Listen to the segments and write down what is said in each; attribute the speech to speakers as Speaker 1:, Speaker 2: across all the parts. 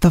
Speaker 1: The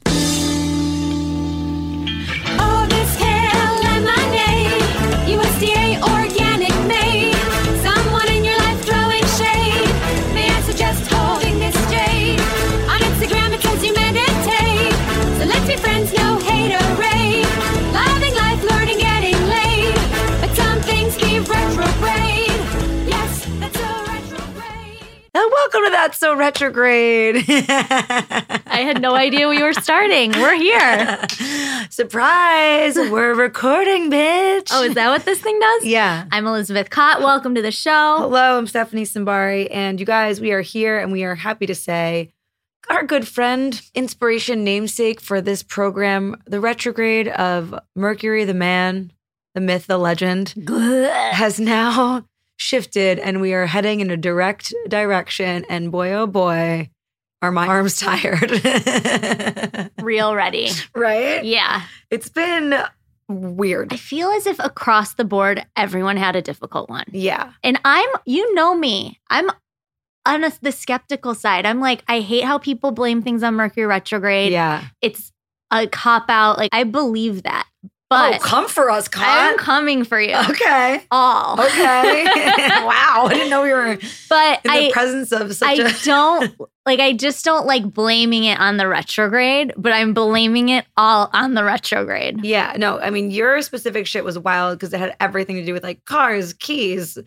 Speaker 2: Oh, this kale and lemonade, USDA organic made. Someone in your life throwing shade. May I suggest holding this jade? On Instagram it says you meditate, so let's be friends, no haterade. Loving life, learning, getting laid, but some things be retrograde. Yes, that's so retrograde.
Speaker 3: And Oh, welcome to That's So Retrograde.
Speaker 4: I had no idea we were starting. We're here.
Speaker 3: Surprise, we're recording, bitch.
Speaker 4: Oh, is that what this thing does?
Speaker 3: Yeah.
Speaker 4: I'm Elizabeth Cott. Welcome to the show.
Speaker 3: Hello, I'm Stephanie Simbari. And you guys, we are here and we are happy to say our good friend, inspiration namesake for this program, the retrograde of Mercury, the man, the myth, the legend, has now shifted and we are heading in a direct direction. And boy, oh boy, are my arms tired.
Speaker 4: Real ready.
Speaker 3: right?
Speaker 4: Yeah.
Speaker 3: It's been weird.
Speaker 4: I feel as if across the board, everyone had a difficult one.
Speaker 3: Yeah.
Speaker 4: And I'm, you know me, I'm on a, the skeptical side. I'm like, I hate how people blame things on Mercury retrograde.
Speaker 3: Yeah.
Speaker 4: It's a cop out. Like, I believe that. But
Speaker 3: oh, come for us,
Speaker 4: I'm
Speaker 3: Con.
Speaker 4: coming for you.
Speaker 3: okay.
Speaker 4: All.
Speaker 3: Okay. wow. I didn't know we were in
Speaker 4: But
Speaker 3: the
Speaker 4: I.
Speaker 3: presence of
Speaker 4: I
Speaker 3: such a.
Speaker 4: don't like I just don't like blaming it on the retrograde, but I'm blaming it all on the retrograde.
Speaker 3: Yeah. No, I mean, your specific shit was wild because it had everything to do with like cars, keys,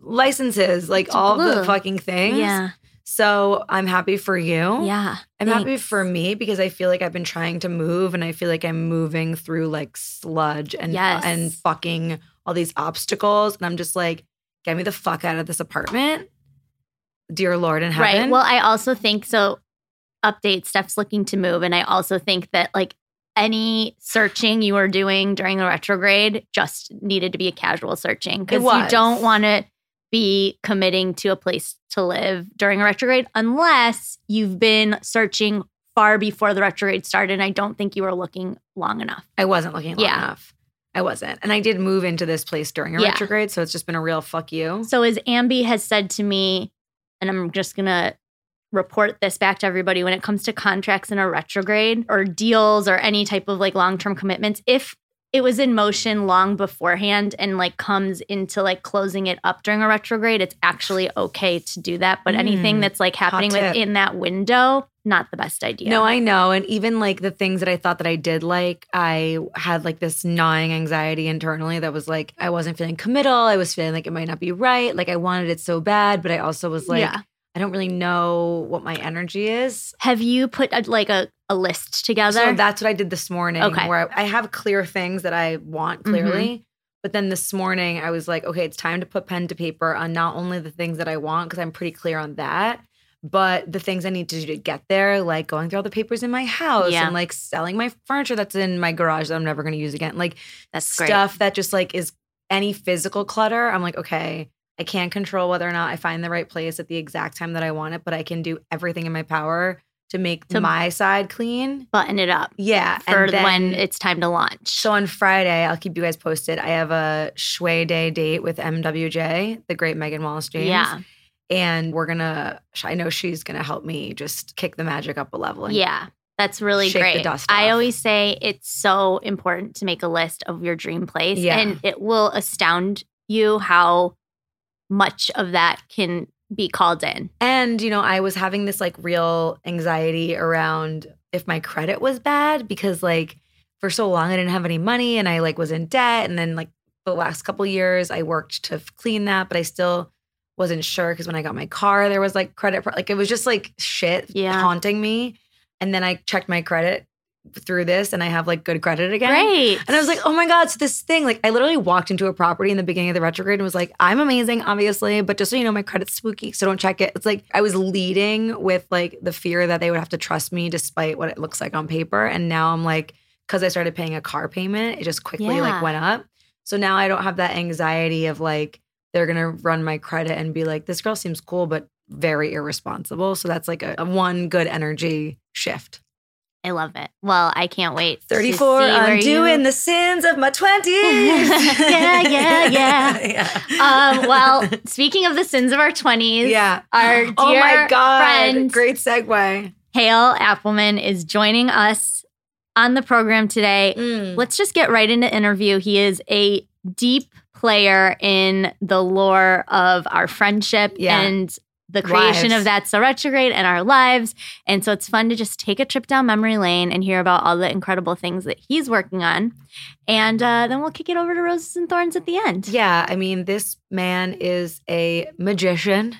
Speaker 3: licenses, like all the
Speaker 4: blue.
Speaker 3: fucking things.
Speaker 4: Yeah.
Speaker 3: So I'm happy for you.
Speaker 4: Yeah.
Speaker 3: I'm happy
Speaker 4: thanks.
Speaker 3: for me because I feel like I've been trying to move and I feel like I'm moving through like sludge and
Speaker 4: Yes.
Speaker 3: and fucking all these obstacles. And I'm just like, get me the fuck out of this apartment. Dear Lord in heaven.
Speaker 4: Right. Well, I also think so update Steph's looking to move. And I also think that like any searching you were doing during the retrograde just needed to be a casual searching because you
Speaker 3: was.
Speaker 4: don't want to be committing to a place to live during a retrograde unless you've been searching far before the retrograde started. And I don't think you were looking long enough.
Speaker 3: I wasn't looking long
Speaker 4: Yeah.
Speaker 3: enough. I wasn't. And I did move into this place during a
Speaker 4: Yeah.
Speaker 3: retrograde. So it's just been a real fuck you.
Speaker 4: So as Ambi has said to me, and I'm just gonna report this back to everybody when it comes to contracts in a retrograde or deals or any type of like long-term commitments, if it was in motion long beforehand and like comes into like closing it up during a retrograde, it's actually okay to do that. But
Speaker 3: Mm.
Speaker 4: anything that's like happening
Speaker 3: tip.
Speaker 4: within that window, not the best idea.
Speaker 3: No, I know. And even like the things that I thought that I did like, I had like this gnawing anxiety internally that was like, I wasn't feeling committal. I was feeling like it might not be right. Like I wanted it so bad, but I also was like,
Speaker 4: Yeah.
Speaker 3: I don't really know what my energy is.
Speaker 4: have you put a, like a, a list together?
Speaker 3: So that's what I did this morning,
Speaker 4: Okay. Mm-hmm.
Speaker 3: where I, I have clear things that I want clearly. But then this morning, I was like, okay, it's time to put pen to paper on not only the things that I want, because I'm pretty clear on that, but the things I need to do to get there, like going through all the papers in my house
Speaker 4: Yeah.
Speaker 3: and like selling my furniture that's in my garage that I'm never going to use again. Like
Speaker 4: That's great.
Speaker 3: stuff that just like is any physical clutter. I'm like, okay, I can't control whether or not I find the right place at the exact time that I want it, but I can do everything in my power to make
Speaker 4: To-
Speaker 3: my side clean.
Speaker 4: button it up
Speaker 3: Yeah.
Speaker 4: for
Speaker 3: and then-
Speaker 4: when it's time to launch.
Speaker 3: so on Friday, I'll keep you guys posted. I have a Shway Day date with MWJ, the great Megan Wallace James.
Speaker 4: yeah.
Speaker 3: And we're gonna I know she's gonna help me just kick the magic up a level. and
Speaker 4: Yeah, that's really
Speaker 3: shake the
Speaker 4: great.
Speaker 3: dust
Speaker 4: I
Speaker 3: off.
Speaker 4: always say it's so important to make a list of your dream place,
Speaker 3: Yeah.
Speaker 4: and it will astound you how much of that can be called in.
Speaker 3: And, you know, I was having this like real anxiety around if my credit was bad because like for so long I didn't have any money and I like was in debt. And then like the last couple years I worked to f- clean that, but I still wasn't sure because when I got my car, there was like credit, pro- like it was just like shit
Speaker 4: Yeah.
Speaker 3: haunting me. And then I checked my credit through this and I have like good credit again.
Speaker 4: Great.
Speaker 3: And I was like, oh my God, so this thing, like I literally walked into a property in the beginning of the retrograde and was like, I'm amazing, obviously, but just so you know, my credit's spooky, so don't check it. It's like I was leading with like the fear that they would have to trust me despite what it looks like on paper. And now I'm like, because I started paying a car payment, it just quickly like
Speaker 4: Yeah.
Speaker 3: went up. So now I don't have that anxiety of like, they're gonna run my credit and be like, this girl seems cool, but very irresponsible. So that's like a, a one good energy shift.
Speaker 4: I love it. Well, I can't wait. to
Speaker 3: 34,
Speaker 4: see where
Speaker 3: I'm doing
Speaker 4: you-
Speaker 3: the sins of my 20s.
Speaker 4: Yeah, yeah, yeah. Um, well, speaking of the sins of our 20s,
Speaker 3: yeah.
Speaker 4: our dear
Speaker 3: oh my God.
Speaker 4: friend
Speaker 3: Great segue.
Speaker 4: Hale Appleman is joining us on the program today.
Speaker 3: Mm.
Speaker 4: Let's just get right into interview. He is a deep player in the lore of our friendship
Speaker 3: Yeah.
Speaker 4: and the creation
Speaker 3: Lives.
Speaker 4: of that so retrograde and our lives. And so it's fun to just take a trip down memory lane and hear about all the incredible things that he's working on. And uh, then we'll kick it over to Roses and Thorns at the end.
Speaker 3: Yeah, I mean, this man is a magician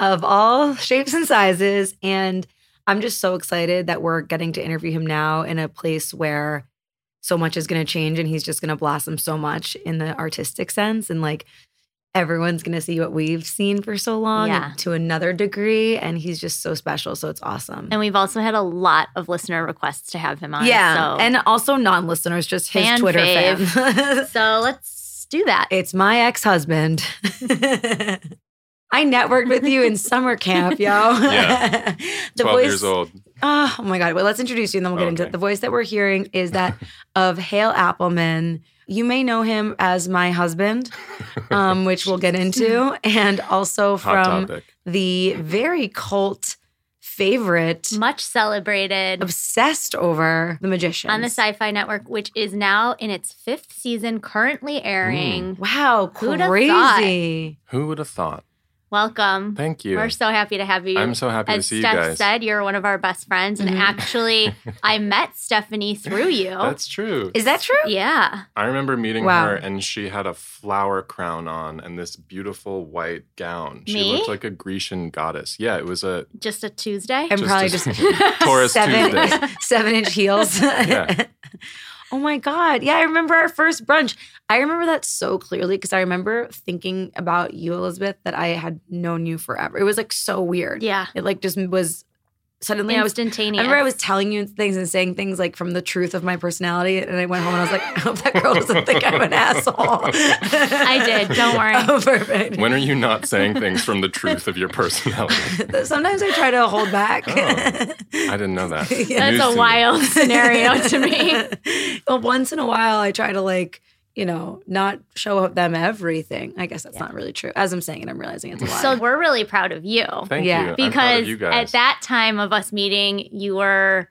Speaker 3: of all shapes and sizes. And I'm just so excited that we're getting to interview him now in a place where so much is going to change and he's just going to blossom so much in the artistic sense. And like everyone's going to see what we've seen for so long
Speaker 4: Yeah.
Speaker 3: to another degree. And he's just so special. So it's awesome.
Speaker 4: And we've also had a lot of listener requests to have him on.
Speaker 3: yeah.
Speaker 4: So,
Speaker 3: And also non listeners, just his
Speaker 4: Fan
Speaker 3: Twitter
Speaker 4: fave.
Speaker 3: fans.
Speaker 4: so let's do that.
Speaker 3: It's my ex husband. I networked with you in summer camp, yo.
Speaker 5: Yeah.
Speaker 3: the
Speaker 5: 12
Speaker 3: voice,
Speaker 5: years old.
Speaker 3: Oh, my God. Well, let's introduce you and then we'll get into
Speaker 5: Okay.
Speaker 3: it. The voice that we're hearing is that of Hale Appleman. You may know him as my husband, um, which we'll get into, and also
Speaker 5: Hot
Speaker 3: from
Speaker 5: topic.
Speaker 3: the very cult favorite,
Speaker 4: Much celebrated
Speaker 3: obsessed over the magician.
Speaker 4: on the Sci Fi Network, which is now in its fifth season, currently
Speaker 5: Mm.
Speaker 4: airing.
Speaker 3: Wow,
Speaker 4: Who'da thought?
Speaker 3: crazy.
Speaker 5: Who would have thought?
Speaker 4: Welcome.
Speaker 5: Thank you.
Speaker 4: We're so happy to have you.
Speaker 5: I'm so happy to
Speaker 4: As
Speaker 5: see you
Speaker 4: Steph
Speaker 5: guys. Mm-hmm.
Speaker 4: said, you're one of our best friends. And
Speaker 3: Mhm.
Speaker 4: actually, I met Stephanie through you.
Speaker 5: That's true.
Speaker 3: Is that true?
Speaker 4: yeah.
Speaker 5: I remember meeting
Speaker 3: Wow.
Speaker 5: her and she had a flower crown on and this beautiful white gown. She
Speaker 4: Me?
Speaker 5: looked like a Grecian goddess. Yeah, it was a
Speaker 4: Just a Tuesday.
Speaker 3: And probably
Speaker 5: a-
Speaker 3: just
Speaker 5: Taurus
Speaker 3: seven
Speaker 5: Tuesday.
Speaker 3: seven inch heels.
Speaker 5: Yeah.
Speaker 3: oh my god! Yeah, I remember our first brunch. I remember that so clearly because I remember thinking about you, Elizabeth, that I had known you forever. It was like so weird.
Speaker 4: yeah.
Speaker 3: It like just was suddenly I was. I
Speaker 4: Instantaneous.
Speaker 3: remember I was telling you things and saying things like from the truth of my personality, and I went home and I was like, I hope that girl doesn't think I'm an asshole. I
Speaker 4: did, don't worry.
Speaker 3: Oh, perfect.
Speaker 5: When are you not saying things from the truth of your personality?
Speaker 3: Sometimes I try to hold back.
Speaker 5: Oh. I didn't know that. News
Speaker 4: That's
Speaker 5: to
Speaker 4: a
Speaker 5: me.
Speaker 4: wild scenario to me.
Speaker 3: well, once in a while, I try to like, you know, not show them everything. I guess that's not really true. As I'm saying it, I'm realizing it's a lie.
Speaker 4: So we're really proud of you.
Speaker 5: Thank
Speaker 3: Yeah.
Speaker 5: you. I'm proud of
Speaker 4: because
Speaker 5: you
Speaker 4: at
Speaker 5: guys.
Speaker 4: that time of us meeting, you were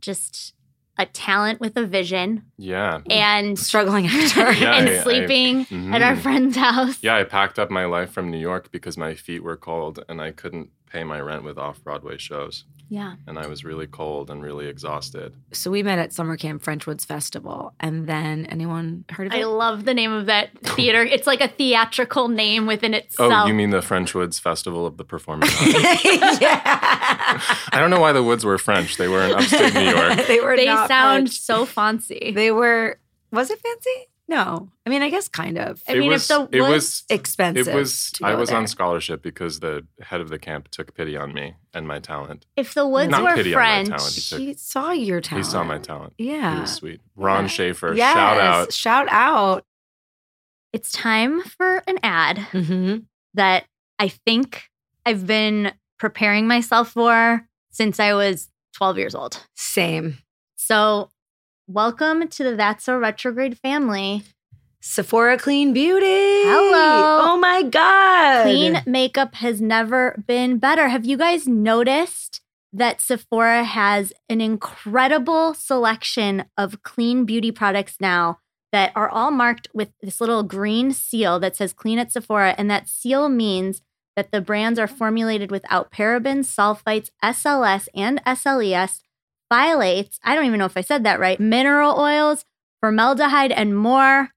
Speaker 4: just a talent with a vision
Speaker 5: yeah.
Speaker 4: and
Speaker 3: struggling actor.
Speaker 5: Yeah,
Speaker 4: and
Speaker 5: I- I-
Speaker 4: sleeping at our
Speaker 5: Mhm.
Speaker 4: friend's house.
Speaker 5: Yeah, I packed up my life from New York because my feet were cold and I couldn't pay my rent with off Broadway shows.
Speaker 4: Yeah.
Speaker 5: And I was really cold and really exhausted.
Speaker 3: So we met at summer camp Frenchwoods Festival, and then anyone heard of
Speaker 4: I
Speaker 3: it?
Speaker 4: love the name of that theater. It's like a theatrical name within
Speaker 5: Oh,
Speaker 4: itself.
Speaker 5: you mean the French Woods Festival of the Performing Arts?
Speaker 3: yeah,
Speaker 5: I don't know why the woods were French. They were in upstate New York.
Speaker 3: they were.
Speaker 4: they
Speaker 3: not
Speaker 4: sound
Speaker 3: French.
Speaker 4: so fancy.
Speaker 3: They were. Was it fancy? No. I mean, I guess kind of
Speaker 4: I
Speaker 5: it
Speaker 4: mean,
Speaker 5: was,
Speaker 4: if the
Speaker 5: it
Speaker 4: woods-
Speaker 5: was,
Speaker 3: expensive.
Speaker 5: it was.
Speaker 3: to
Speaker 5: I
Speaker 3: go
Speaker 5: was
Speaker 3: there.
Speaker 5: on scholarship because the head of the camp took pity on me and my talent.
Speaker 4: if the woods
Speaker 5: Not
Speaker 4: were
Speaker 5: pity on my
Speaker 4: French,
Speaker 5: talent, he took-
Speaker 3: He saw your talent.
Speaker 5: He saw my talent. He
Speaker 3: Yeah.
Speaker 5: was sweet. Ron
Speaker 3: Yeah.
Speaker 5: Schaefer,
Speaker 3: Yes,
Speaker 5: shout out.
Speaker 3: Shout out.
Speaker 4: it's time for an ad
Speaker 3: Mm-hmm.
Speaker 4: that I think I've been preparing myself for since I was 12 years old.
Speaker 3: Same.
Speaker 4: So, welcome to the That's So Retrograde family.
Speaker 3: Sephora Clean Beauty.
Speaker 4: Hello.
Speaker 3: Oh my God.
Speaker 4: Clean makeup has never been better. Have you guys noticed that Sephora has an incredible selection of clean beauty products now that are all marked with this little green seal that says clean at Sephora? And that seal means that the brands are formulated without parabens, sulfites, SLS, and SLES, phthalates. I don't even know if I said that right, mineral oils, formaldehyde, and more.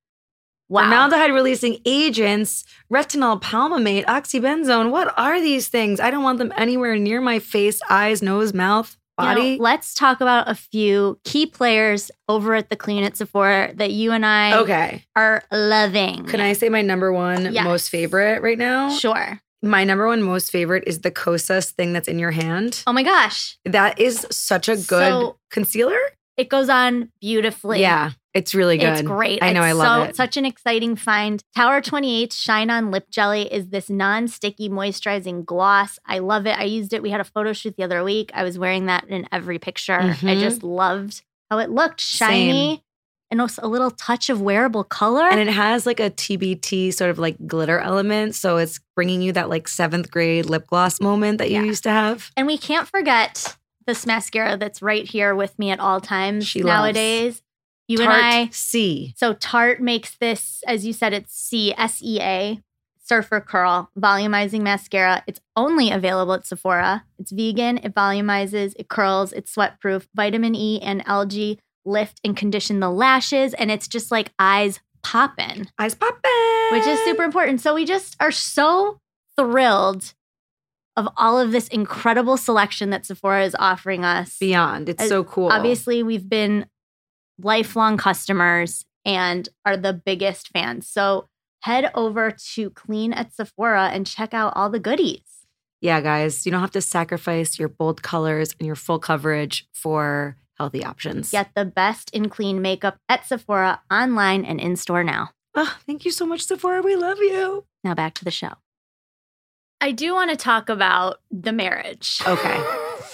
Speaker 4: Wow.
Speaker 3: Formaldehyde releasing agents, retinol, palmamate, oxybenzone. What are these things? I don't want them anywhere near my face, eyes, nose, mouth,
Speaker 4: You know,
Speaker 3: body.
Speaker 4: let's talk about a few key players over at the Clean at Sephora that you and I
Speaker 3: okay.
Speaker 4: are loving.
Speaker 3: Can I say my number one
Speaker 4: Yes.
Speaker 3: most favorite right now?
Speaker 4: Sure.
Speaker 3: My number one most favorite is the Kosas thing that's in your hand.
Speaker 4: Oh my gosh.
Speaker 3: That is such a good
Speaker 4: So-
Speaker 3: concealer.
Speaker 4: It goes on beautifully.
Speaker 3: yeah. It's really good.
Speaker 4: It's great.
Speaker 3: I know.
Speaker 4: It's
Speaker 3: I love
Speaker 4: so,
Speaker 3: it.
Speaker 4: Such an exciting find. Tower 28 Shine On Lip Jelly is this non-sticky moisturizing gloss. I love it. I used it. We had a photo shoot the other week. I was wearing that in every picture. I
Speaker 3: Mhm.
Speaker 4: just loved how it looked.
Speaker 3: Same.
Speaker 4: Shiny and also a little touch of wearable color.
Speaker 3: and it has like a TBT sort of like glitter element. So it's bringing you that like seventh grade lip gloss moment that you
Speaker 4: Yeah.
Speaker 3: used to have.
Speaker 4: And we can't forget this mascara that's right here with me at all times
Speaker 3: She loves
Speaker 4: nowadays. You
Speaker 3: Tarte
Speaker 4: and I.
Speaker 3: C.
Speaker 4: So Tarte makes this, as you said, it's C S E A Surfer Curl Volumizing Mascara. It's only available at Sephora. It's vegan. It volumizes. It curls. It's sweat proof. Vitamin E and algae lift and condition the lashes, and it's just like eyes poppin'
Speaker 3: Eyes poppin'.
Speaker 4: which is super important. So we just are so thrilled of all of this incredible selection that Sephora is offering us.
Speaker 3: beyond. It's
Speaker 4: Uh,
Speaker 3: so cool.
Speaker 4: Obviously, we've been lifelong customers and are the biggest fans. So head over to Clean at Sephora and check out all the goodies.
Speaker 3: Yeah, guys, you don't have to sacrifice your bold colors and your full coverage for healthy options.
Speaker 4: Get the best in clean makeup at Sephora online and in store now.
Speaker 3: Oh, thank you so much, Sephora. We love you.
Speaker 4: Now back to the show. I do want to talk about the marriage.
Speaker 3: Okay.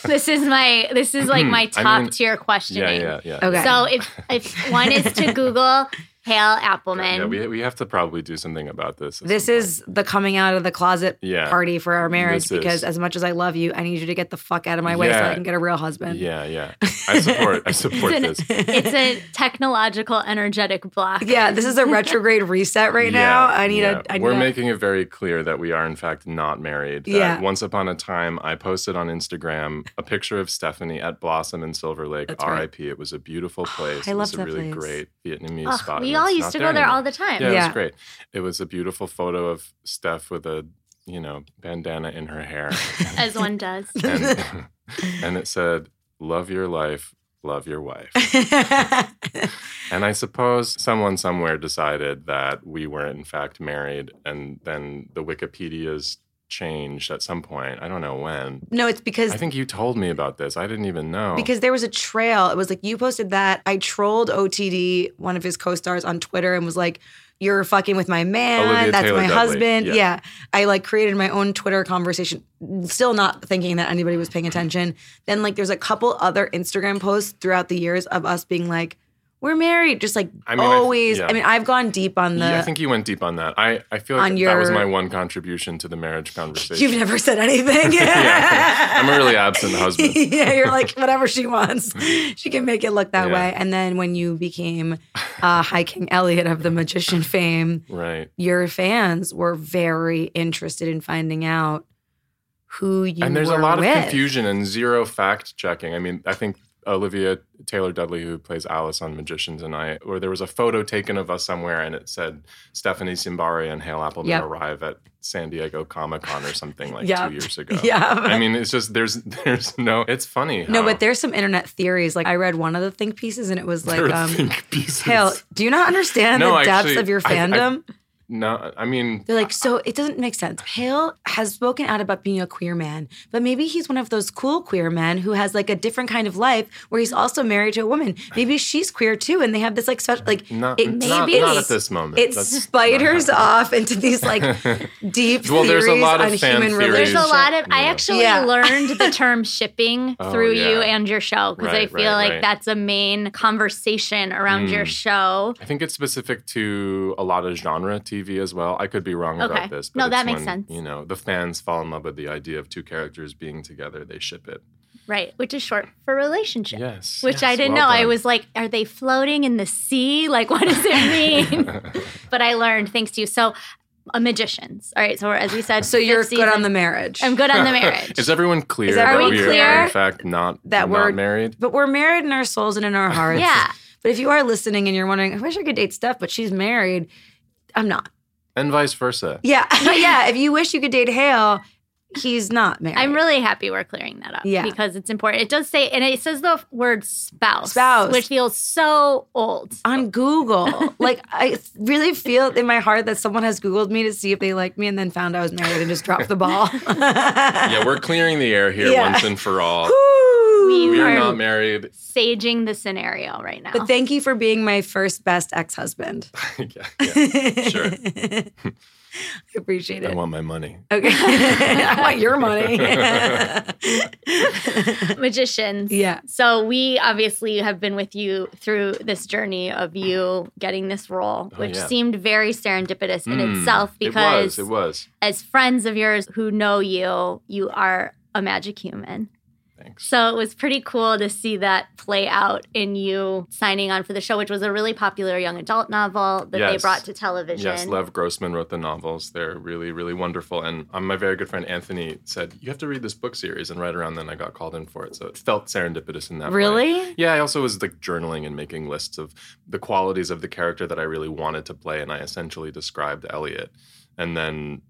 Speaker 4: this is my this is like my
Speaker 5: Mm-hmm. I
Speaker 4: top
Speaker 5: mean-
Speaker 4: tier
Speaker 5: Yeah,
Speaker 4: questioning.
Speaker 5: yeah, yeah.
Speaker 3: Okay.
Speaker 4: So if if one is to Google Hale Appleman,
Speaker 5: Yeah, we, we have to probably do something about this. at
Speaker 3: This
Speaker 5: some point.
Speaker 3: is the coming out of the closet
Speaker 5: yeah,
Speaker 3: party for our marriage
Speaker 5: This is-
Speaker 3: because as much as I love you, I need you to get the fuck out of my way so I
Speaker 5: Yeah.
Speaker 3: can get a real husband.
Speaker 5: yeah, yeah. I support. I support
Speaker 4: Isn't
Speaker 5: this.
Speaker 4: it's a technological energetic block.
Speaker 3: Yeah, this is a retrograde reset right
Speaker 5: Yeah,
Speaker 3: now. I need
Speaker 5: yeah.
Speaker 3: a. I need
Speaker 5: We're
Speaker 3: a-
Speaker 5: making it very clear that we are in fact not married. That
Speaker 3: Yeah.
Speaker 5: Once upon a time, I posted on Instagram a picture of Stephanie at Blossom in Silver Lake.
Speaker 3: That's right. Ah,
Speaker 5: R.I.P. It was a beautiful place.
Speaker 3: I
Speaker 5: it
Speaker 3: love
Speaker 5: was a
Speaker 3: that place.
Speaker 5: really great Vietnamese
Speaker 4: Ugh,
Speaker 5: spot.
Speaker 4: we
Speaker 5: and
Speaker 4: all
Speaker 5: it's
Speaker 4: used
Speaker 5: not
Speaker 4: to go there
Speaker 5: anymore.
Speaker 4: all the time.
Speaker 5: Yeah, it
Speaker 3: Yeah.
Speaker 5: was great. It was a beautiful photo of Steph with a you know bandana in her hair,
Speaker 4: As one does.
Speaker 5: and, and it said, "Love your life, love your wife." And I suppose someone somewhere decided that we were in fact married, and then the Wikipedia's changed at some point. I don't know when.
Speaker 3: no, it's because
Speaker 5: I think you told me about this. I didn't even know.
Speaker 3: because there was a trail. It was like you posted that. I trolled OTD, one of his co-stars, on Twitter, and was like, "You're fucking with my man.
Speaker 5: Olivia
Speaker 3: That's my
Speaker 5: Taylor-Dudley.
Speaker 3: husband."
Speaker 5: Yeah.
Speaker 3: Yeah. I like created my own Twitter conversation, still not thinking that anybody was paying attention. Then like, there's a couple other Instagram posts throughout the years of us being like, "We're married," just like
Speaker 5: I mean, I-
Speaker 3: always. I,
Speaker 5: yeah.
Speaker 3: mean, I've gone deep on the.
Speaker 5: Yeah, I think you went deep on that. I, I feel
Speaker 3: On
Speaker 5: like that was
Speaker 3: your-
Speaker 5: my one contribution to the marriage conversation.
Speaker 3: You've never said anything.
Speaker 5: Yeah, I'm a really absent husband.
Speaker 3: yeah, you're like whatever she wants, she can make it look that
Speaker 5: Yeah.
Speaker 3: way. And then when you became uh, High King Elliot of the magician fame,
Speaker 5: right.
Speaker 3: your fans were very interested in finding out who you
Speaker 5: and there's a
Speaker 3: were
Speaker 5: lot
Speaker 3: with.
Speaker 5: of confusion and zero fact checking. I mean, I think Olivia Taylor Dudley, who plays Alice on Magicians and I, or there was a photo taken of us somewhere, and it said Stephanie Simbari and Hale Appleman
Speaker 3: Yep.
Speaker 5: arrive at San Diego Comic Con or something like
Speaker 3: Yep.
Speaker 5: two years ago.
Speaker 3: Yeah.
Speaker 5: I mean, uh, it's just there's there's no. It's funny.
Speaker 3: no,
Speaker 5: how
Speaker 3: but there's some internet theories. Like I read one of the think pieces, and it was
Speaker 5: there
Speaker 3: like,
Speaker 5: are
Speaker 3: um,
Speaker 5: think pieces.
Speaker 3: "Hale, do you not understand
Speaker 5: No,
Speaker 3: the depths
Speaker 5: actually,
Speaker 3: of your
Speaker 5: I- I-
Speaker 3: fandom?"
Speaker 5: No, I mean,
Speaker 3: They're like, so it doesn't make sense. Hale has spoken out about being a queer man, but maybe he's one of those cool queer men who has like a different kind of life where he's also married to a woman. Maybe she's queer too, and they have this like special like
Speaker 5: not
Speaker 3: it
Speaker 5: not,
Speaker 3: maybe
Speaker 5: not at this moment.
Speaker 3: it
Speaker 5: That's not
Speaker 3: spiders
Speaker 5: happening.
Speaker 3: off into these like deep
Speaker 5: Well, there's a
Speaker 3: theories
Speaker 5: lot of
Speaker 3: on
Speaker 5: fan
Speaker 3: human
Speaker 5: theories.
Speaker 4: There's
Speaker 3: relationship.
Speaker 4: a lot of. I
Speaker 5: Yeah.
Speaker 4: actually
Speaker 3: Yeah.
Speaker 4: learned the term shipping
Speaker 5: Oh,
Speaker 4: through you
Speaker 5: yeah.
Speaker 4: and your show because I
Speaker 5: Right,
Speaker 4: feel
Speaker 5: right,
Speaker 4: like
Speaker 5: right.
Speaker 4: that's a main conversation around your
Speaker 5: Mm.
Speaker 4: show.
Speaker 5: I think it's specific to a lot of genre TV as well. I could be wrong
Speaker 4: Okay.
Speaker 5: about this.
Speaker 4: No,
Speaker 5: it's
Speaker 4: that makes
Speaker 5: when,
Speaker 4: sense.
Speaker 5: You know, the fans fall in love with the idea of two characters being together. They ship it.
Speaker 4: Right, which is short for relationship.
Speaker 5: Yes.
Speaker 4: Which I
Speaker 5: yes,
Speaker 4: didn't
Speaker 5: well
Speaker 4: know. I
Speaker 5: done.
Speaker 4: was like, are they floating in the sea? Like, what does it mean? but I learned thanks to you. So, uh, magicians. All right. So, we're- as we said,
Speaker 3: So you're
Speaker 4: fifth
Speaker 3: good on
Speaker 4: season.
Speaker 3: the marriage.
Speaker 4: I'm good on the marriage.
Speaker 5: Is everyone clear
Speaker 3: Is
Speaker 5: that
Speaker 4: everyone
Speaker 5: we
Speaker 4: clear
Speaker 5: are in fact not
Speaker 3: that
Speaker 5: not
Speaker 3: we're-
Speaker 5: married?
Speaker 3: but we're married in our souls and in our hearts.
Speaker 4: yeah.
Speaker 3: But if you are listening and you're wondering, I wish I could date Steph, but she's married, I'm not.
Speaker 5: And vice versa.
Speaker 3: Yeah. yeah. If you wish you could date Hale, he's not married.
Speaker 4: I'm really happy we're clearing that up
Speaker 3: Yeah.
Speaker 4: because it's important. It does say, and it says the word spouse,
Speaker 3: Spouse.
Speaker 4: which feels so old.
Speaker 3: on Google. like I really feel in my heart that someone has Googled me to see if they liked me and then found I was married and just dropped the ball.
Speaker 5: Yeah, we're clearing the air here
Speaker 3: Yeah.
Speaker 5: once and for all.
Speaker 3: Woo!
Speaker 4: We you
Speaker 5: We are
Speaker 4: are
Speaker 5: not married.
Speaker 4: saging the scenario right now.
Speaker 3: But thank you for being my first best ex husband.
Speaker 5: yeah, yeah. sure.
Speaker 3: I appreciate
Speaker 5: I
Speaker 3: it.
Speaker 5: want my money.
Speaker 3: okay. I want your money.
Speaker 4: magicians.
Speaker 3: yeah.
Speaker 4: So we obviously have been with you through this journey of you getting this role,
Speaker 5: Oh,
Speaker 4: which
Speaker 5: yeah.
Speaker 4: seemed very serendipitous in
Speaker 5: Mm,
Speaker 4: itself because
Speaker 5: it was, it was.
Speaker 4: as friends of yours who know you, you are a magic human.
Speaker 5: Thanks.
Speaker 4: So it was pretty cool to see that play out in you signing on for the show, which was a really popular young adult novel that they
Speaker 5: Yes.
Speaker 4: brought to television.
Speaker 5: Yes, Lev Grossman wrote the novels. They're really, really wonderful. And um, my very good friend Anthony said, You have to read this book series. And right around then, I got called in for it. So it felt serendipitous in that way.
Speaker 3: Really?
Speaker 5: Yeah, I also was like journaling and making lists of the qualities of the character that I really wanted to play. And I essentially described Elliot. And then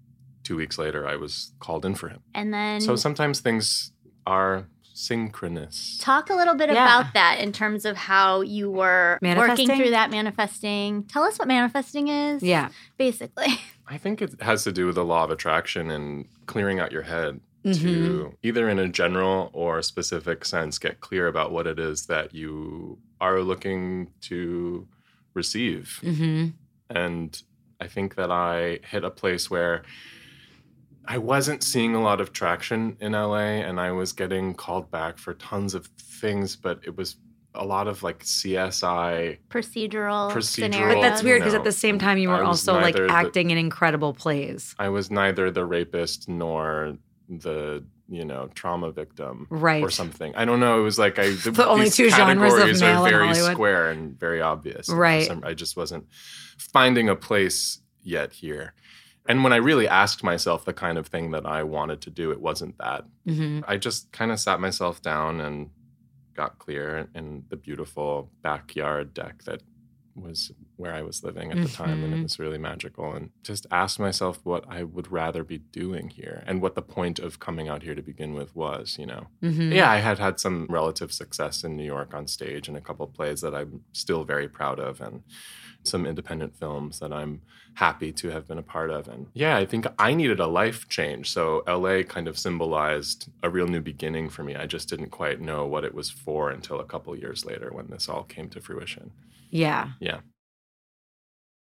Speaker 5: two weeks later, I was called in for him.
Speaker 4: And then
Speaker 5: So sometimes things are synchronous.
Speaker 4: Talk a little bit
Speaker 3: Yeah.
Speaker 4: about that in terms of how you were working
Speaker 3: Manifesting?
Speaker 4: through that manifesting. Tell us what manifesting is.
Speaker 3: Yeah.
Speaker 4: Basically.
Speaker 5: I think it has to do with the law of attraction and clearing out your head
Speaker 3: Mhm.
Speaker 5: to either in a general or specific sense get clear about what it is that you are looking to receive.
Speaker 3: Mhm.
Speaker 5: And I think that I hit a place where I wasn't seeing a lot of traction in LA and I was getting called back for tons of things, but it was a lot of like CSI.
Speaker 4: Procedural.
Speaker 5: Procedural.
Speaker 4: scenarios.
Speaker 3: But that's
Speaker 5: Um,
Speaker 3: weird because
Speaker 5: no.
Speaker 3: at the same time you
Speaker 5: I
Speaker 3: were
Speaker 5: was
Speaker 3: also like
Speaker 5: neither the-
Speaker 3: acting in incredible plays.
Speaker 5: I was neither the rapist nor the, you know, trauma victim.
Speaker 3: Right.
Speaker 5: or something. I don't know. It was like I the,
Speaker 3: only
Speaker 5: these
Speaker 3: two genres of
Speaker 5: categories
Speaker 3: male
Speaker 5: are
Speaker 3: in
Speaker 5: very
Speaker 3: Hollywood.
Speaker 5: square and very obvious. And for
Speaker 3: Right.
Speaker 5: some- I just wasn't finding a place yet here. And when I really asked myself the kind of thing that I wanted to do, it wasn't that.
Speaker 3: Mhm.
Speaker 5: I just kind of sat myself down and got clear in the beautiful backyard deck that was where I was living at the time. And it
Speaker 3: Mhm.
Speaker 5: was really magical. And just asked myself what I would rather be doing here and what the point of coming out here to begin with was, you know.
Speaker 3: Mhm.
Speaker 5: Yeah, I had had some relative success in New York on stage and a couple plays that I'm still very proud of and some independent films that I'm happy to have been a part of. And yeah, I think I needed a life change. So LA kind of symbolized a real new beginning for me. I just didn't quite know what it was for until a couple years later when this all came to fruition.
Speaker 3: Yeah.
Speaker 5: Yeah.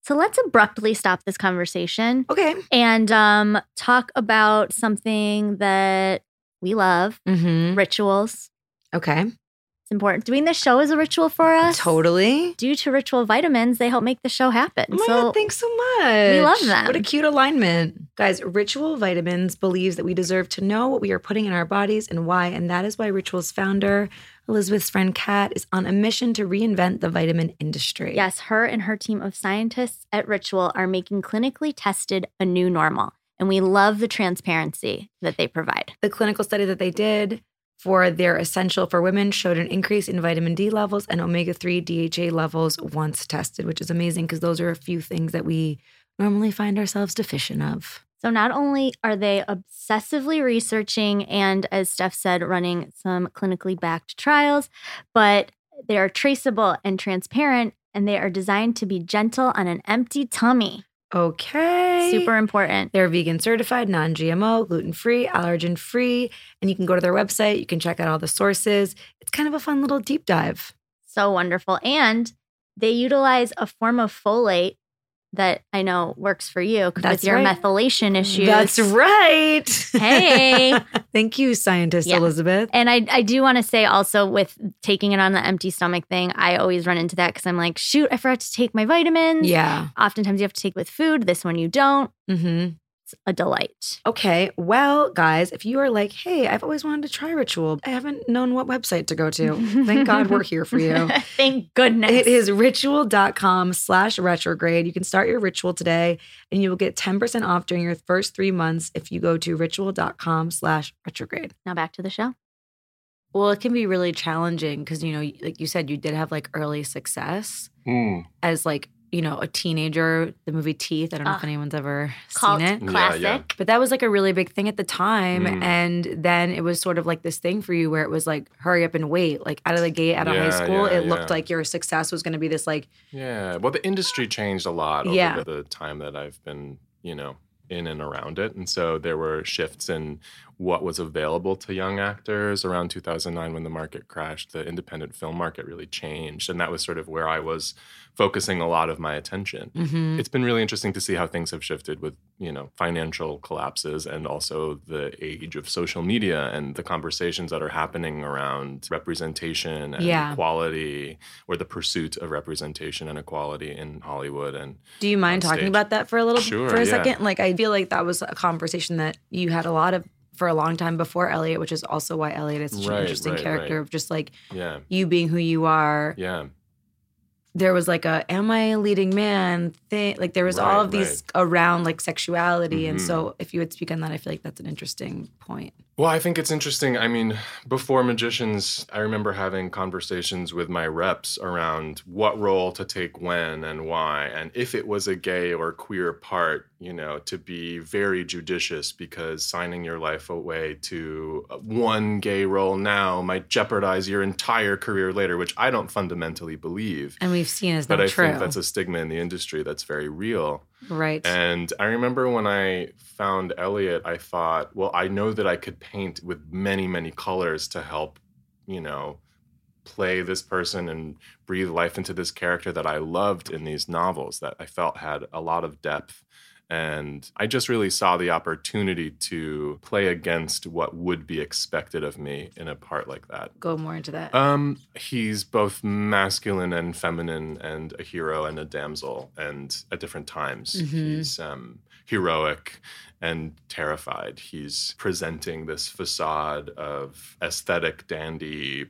Speaker 4: So let's abruptly stop this conversation
Speaker 3: Okay.
Speaker 4: and um, talk about something that we love
Speaker 3: Mhm.
Speaker 4: rituals.
Speaker 3: Okay.
Speaker 4: It's important. Doing this show is a ritual for us.
Speaker 3: Totally.
Speaker 4: Due to ritual vitamins, they help make the show happen.
Speaker 3: Oh my
Speaker 4: so
Speaker 3: God, thanks so much.
Speaker 4: We love them.
Speaker 3: What a cute alignment. Guys, Ritual Vitamins believes that we deserve to know what we are putting in our bodies and why, and that is why Ritual's founder, Elizabeth's friend Kat, is on a mission to reinvent the vitamin industry.
Speaker 4: Yes, her and her team of scientists at Ritual are making clinically tested a new normal. And we love the transparency that they provide.
Speaker 3: The clinical study that they did for their essential for women showed an increase in vitamin D levels and omega 3 DHA levels once tested, which is amazing because those are a few things that we normally find ourselves deficient of.
Speaker 4: So, not only are they obsessively researching and, as Steph said, running some clinically backed trials, but they are traceable and transparent, and they are designed to be gentle on an empty tummy.
Speaker 3: Okay.
Speaker 4: Super important.
Speaker 3: They're vegan certified, non GMO, gluten free, allergen free, and you can go to their website. You can check out all the sources. It's kind of a fun little deep dive.
Speaker 4: So wonderful. And they utilize a form of folate that I know works for you 'cause
Speaker 3: That's
Speaker 4: with your
Speaker 3: right.
Speaker 4: methylation issues.
Speaker 3: That's right.
Speaker 4: Hey.
Speaker 3: Thank you, scientist
Speaker 4: Yeah.
Speaker 3: Elizabeth.
Speaker 4: And I, I do want to say also with taking it on the empty stomach thing, I always run into that because I'm like, shoot, I forgot to take my vitamins.
Speaker 3: Yeah.
Speaker 4: Oftentimes you have to take with food. This one you don't.
Speaker 3: hmm
Speaker 4: It's a delight.
Speaker 3: Okay. Well, guys, if you are like, hey, I've always wanted to try Ritual, I haven't known what website to go to. Thank God we're here for you.
Speaker 4: Thank goodness.
Speaker 3: It is ritual.com slash retrograde. You can start your ritual today and you will get 10% off during your first three months if you go to ritual.com slash retrograde.
Speaker 4: Now back to the show.
Speaker 3: Well, it can be really challenging because, you know, like you said, you did have like early success as like, you know, a teenager, the movie Teeth. I don't know if
Speaker 4: Ugh.
Speaker 3: anyone's ever
Speaker 4: Cult
Speaker 3: seen it.
Speaker 5: Yeah,
Speaker 4: classic.
Speaker 5: yeah.
Speaker 3: But that was like a really big thing at the time.
Speaker 5: Mm.
Speaker 3: And then it was sort of like this thing for you where it was like, hurry up and wait. Like out of the gate, out of
Speaker 5: Yeah,
Speaker 3: high school,
Speaker 5: yeah,
Speaker 3: it looked
Speaker 5: yeah.
Speaker 3: like your success was going to be this like,
Speaker 5: Yeah. Well, the industry changed a lot over
Speaker 3: Yeah.
Speaker 5: the, the time that I've been, you know, in and around it. And so there were shifts in what was available to young actors around 2009 when the market crashed the independent film market really changed and that was sort of where i was focusing a lot of my attention
Speaker 3: Mm-hmm.
Speaker 5: it's been really interesting to see how things have shifted with you know financial collapses and also the age of social media and the conversations that are happening around representation and
Speaker 3: Yeah.
Speaker 5: equality or the pursuit of representation and equality in hollywood and
Speaker 3: Do you mind
Speaker 5: on
Speaker 3: talking
Speaker 5: stage.
Speaker 3: about that for a little
Speaker 5: Sure,
Speaker 3: for a
Speaker 5: yeah.
Speaker 3: second? Like I feel like that was a conversation that you had a lot of for a long time before Elliot, which is also why Elliot is such an
Speaker 5: Right,
Speaker 3: interesting
Speaker 5: right,
Speaker 3: character
Speaker 5: right.
Speaker 3: of just like
Speaker 5: yeah
Speaker 3: you being who you are.
Speaker 5: yeah
Speaker 3: There was like a am I a leading man thing. Like there was all
Speaker 5: Right,
Speaker 3: of these around like sexuality. And
Speaker 5: Mhm.
Speaker 3: so if you would speak on that, I feel like that's an interesting point.
Speaker 5: Well, I think it's interesting. I mean, before Magicians, I remember having conversations with my reps around what role to take when and why, and if it was a gay or queer part, you know, to be very judicious because signing your life away to uh, one gay role now might jeopardize your entire career later, which I don't fundamentally believe.
Speaker 3: And we've seen is
Speaker 5: But
Speaker 3: not
Speaker 5: I
Speaker 3: true.
Speaker 5: think that's a stigma in the industry that's very real.
Speaker 3: right.
Speaker 5: And I remember when I found Elliot, I thought, well, I know that I could paint with many, many colors to help, you know, play this person and breathe life into this character that I loved in these novels that I felt had a lot of depth. And I just really saw the opportunity to play against what would be expected of me in a part like that.
Speaker 3: Go more into that.
Speaker 5: Um, he's both masculine and feminine, and a hero and a damsel, and at different times
Speaker 3: Mhm.
Speaker 5: he's um, heroic and terrified. He's presenting this facade of aesthetic dandy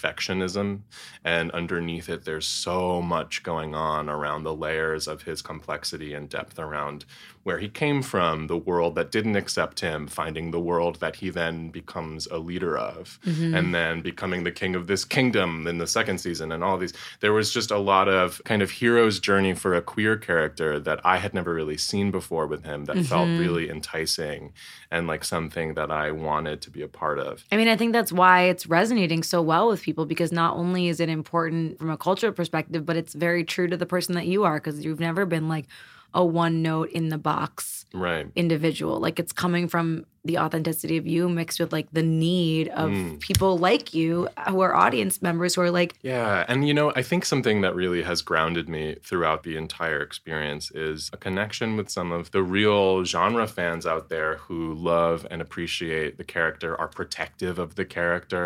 Speaker 5: perfectionism, and underneath it, there's so much going on around the layers of his complexity and depth around where he came from, the world that didn't accept him, finding the world that he then becomes a leader of
Speaker 3: Mhm.
Speaker 5: and then becoming the king of this kingdom in the second season and all these there was just a lot of kind of hero's journey for a queer character that i had never really seen before with him that felt
Speaker 3: Mhm.
Speaker 5: really enticing and like something that i wanted to be a part of
Speaker 3: I mean, I think that's why it's resonating so well with people because not only is it important from a cultural perspective, but it's very true to the person that you are because you've never been like a one note in the box
Speaker 5: right
Speaker 3: individual. Like it's coming from the authenticity of you mixed with like the need of
Speaker 5: Mm.
Speaker 3: people like you uh, who are audience members who are like,
Speaker 5: Yeah. And, you know, I think something that really has grounded me throughout the entire experience is a connection with some of the real genre fans out there who love and appreciate the character, are protective of the character,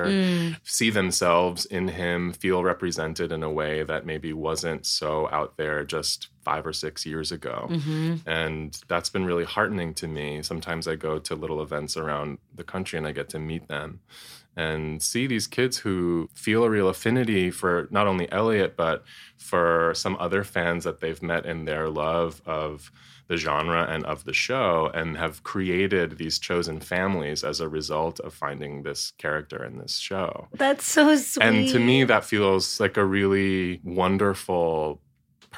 Speaker 5: see themselves in him, feel represented in a way that maybe wasn't so out there just five or six years ago.
Speaker 3: mm-hmm.
Speaker 5: And that's been really heartening to me. Sometimes I go to little events around the country and I get to meet them and see these kids who feel a real affinity for not only Elliot, but for some other fans that they've met in their love of the genre and of the show and have created these chosen families as a result of finding this character in this show.
Speaker 4: That's so sweet.
Speaker 5: And to me, that feels like a really wonderful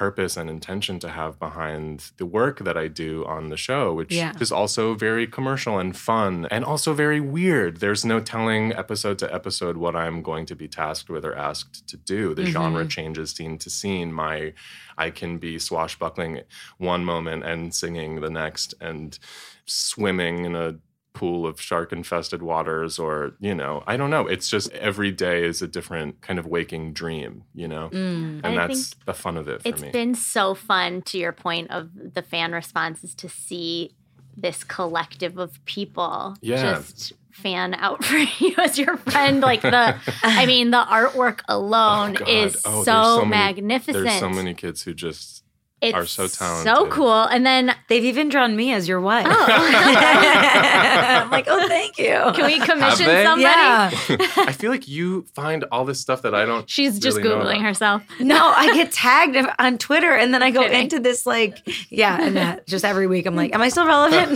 Speaker 5: purpose and intention to have behind the work that I do on the show, which
Speaker 3: Yeah.
Speaker 5: is also very commercial and fun and also very weird. There's no telling episode to episode what I'm going to be tasked with or asked to do. The genre changes scene to scene. My I can be swashbuckling one moment and singing the next and swimming in a pool of shark infested waters or you know i don't know it's just every day is a different kind of waking dream you know
Speaker 3: Mm.
Speaker 5: and
Speaker 4: I
Speaker 5: that's the fun of it for
Speaker 4: It's
Speaker 5: me
Speaker 4: been so fun to your point of the fan responses to see this collective of people
Speaker 5: Yeah.
Speaker 4: just fan out for you as your friend like the i mean the artwork alone
Speaker 5: God.
Speaker 4: is so,
Speaker 5: Oh, there's so many-
Speaker 4: magnificent
Speaker 5: there's so many kids who just
Speaker 4: it's
Speaker 5: are so
Speaker 4: so
Speaker 5: talented.
Speaker 4: cool and then
Speaker 3: They've even drawn me as your wife. I'm like, oh, thank you.
Speaker 4: Oh. can we commission
Speaker 5: they?
Speaker 4: somebody
Speaker 3: Yeah.
Speaker 5: i feel like you find all this stuff that i don't
Speaker 4: she's just
Speaker 5: Really know
Speaker 4: googling
Speaker 5: that.
Speaker 4: herself
Speaker 3: No, I get tagged on Twitter and then I go
Speaker 4: Kidding.
Speaker 3: into this like, yeah, and that just every week I'm like, am I still relevant?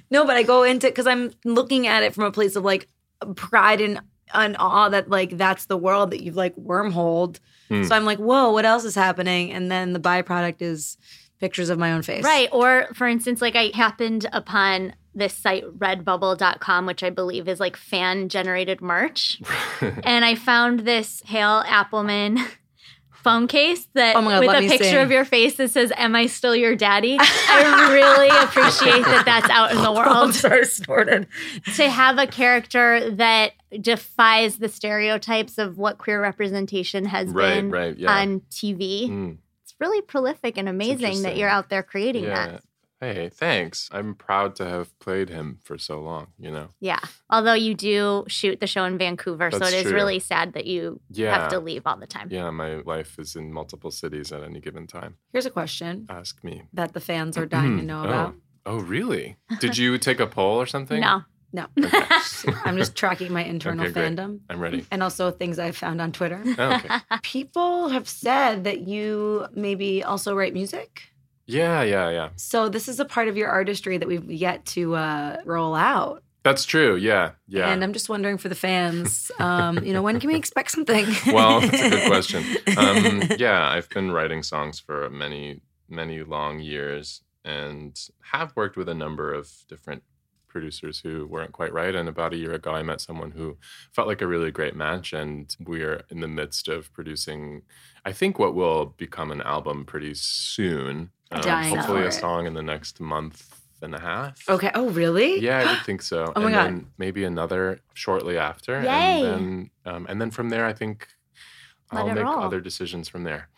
Speaker 3: no, but I go into because I'm looking at it from a place of like pride and, and awe that like that's the world that you've like wormholed.
Speaker 5: Hmm.
Speaker 3: So I'm like, whoa, what else is happening? And then the byproduct is pictures of my own face.
Speaker 4: Right. Or for instance, like I happened upon this site redbubble.com, which I believe is like fan generated merch. and I found this Hale Appleman phone case that
Speaker 3: Oh my God,
Speaker 4: with
Speaker 3: let
Speaker 4: a
Speaker 3: me
Speaker 4: picture
Speaker 3: see.
Speaker 4: of your face that says "Am I still your daddy?" I really appreciate that that's out in the
Speaker 3: I'm
Speaker 4: world.
Speaker 3: sorry, snorted.
Speaker 4: to have a character that defies the stereotypes of what queer representation has
Speaker 5: Right,
Speaker 4: been
Speaker 5: right, yeah.
Speaker 4: on TV.
Speaker 5: Mm,
Speaker 4: It's really prolific and amazing that
Speaker 5: interesting.
Speaker 4: you're out there creating
Speaker 5: yeah.
Speaker 4: that.
Speaker 5: Hey, thanks. I'm proud to have played him for so long, you know?
Speaker 4: Yeah. Although you do shoot the show in Vancouver, so
Speaker 5: That's
Speaker 4: it is
Speaker 5: true.
Speaker 4: really sad that you
Speaker 5: Yeah.
Speaker 4: have to leave all the time.
Speaker 5: Yeah, my life is in multiple cities at any given time.
Speaker 3: Here's a question
Speaker 5: Ask me.
Speaker 3: that the fans are dying to know
Speaker 5: Oh.
Speaker 3: about.
Speaker 5: Oh, really? Did you take a poll or something?
Speaker 4: No.
Speaker 3: No,
Speaker 5: Okay.
Speaker 3: I'm just tracking my internal
Speaker 5: Okay, great.
Speaker 3: fandom
Speaker 5: I'm ready.
Speaker 3: and also things I found on Twitter.
Speaker 5: Oh, okay.
Speaker 3: People have said that you maybe also write music.
Speaker 5: Yeah, yeah, yeah.
Speaker 3: So this is a part of your artistry that we've yet to uh, roll out.
Speaker 5: That's true. Yeah, yeah.
Speaker 3: And I'm just wondering for the fans, um, you know, when can we expect something?
Speaker 5: well, that's a good question. Um, yeah, I've been writing songs for many, many long years and have worked with a number of different producers who weren't quite right. And about a year ago, I met someone who felt like a really great match. And we're in the midst of producing, I think, what will become an album pretty soon. Um,
Speaker 3: Dying
Speaker 5: hopefully,
Speaker 3: for
Speaker 5: a
Speaker 3: it.
Speaker 5: song in the next month and a half.
Speaker 3: Okay. Oh, really?
Speaker 5: Yeah, I would think so.
Speaker 3: Oh my
Speaker 5: and
Speaker 3: God.
Speaker 5: then maybe another shortly after.
Speaker 4: Yay.
Speaker 5: And then um, and then from there I think
Speaker 4: Let
Speaker 5: I'll
Speaker 4: it
Speaker 5: make
Speaker 4: roll.
Speaker 5: other decisions from there.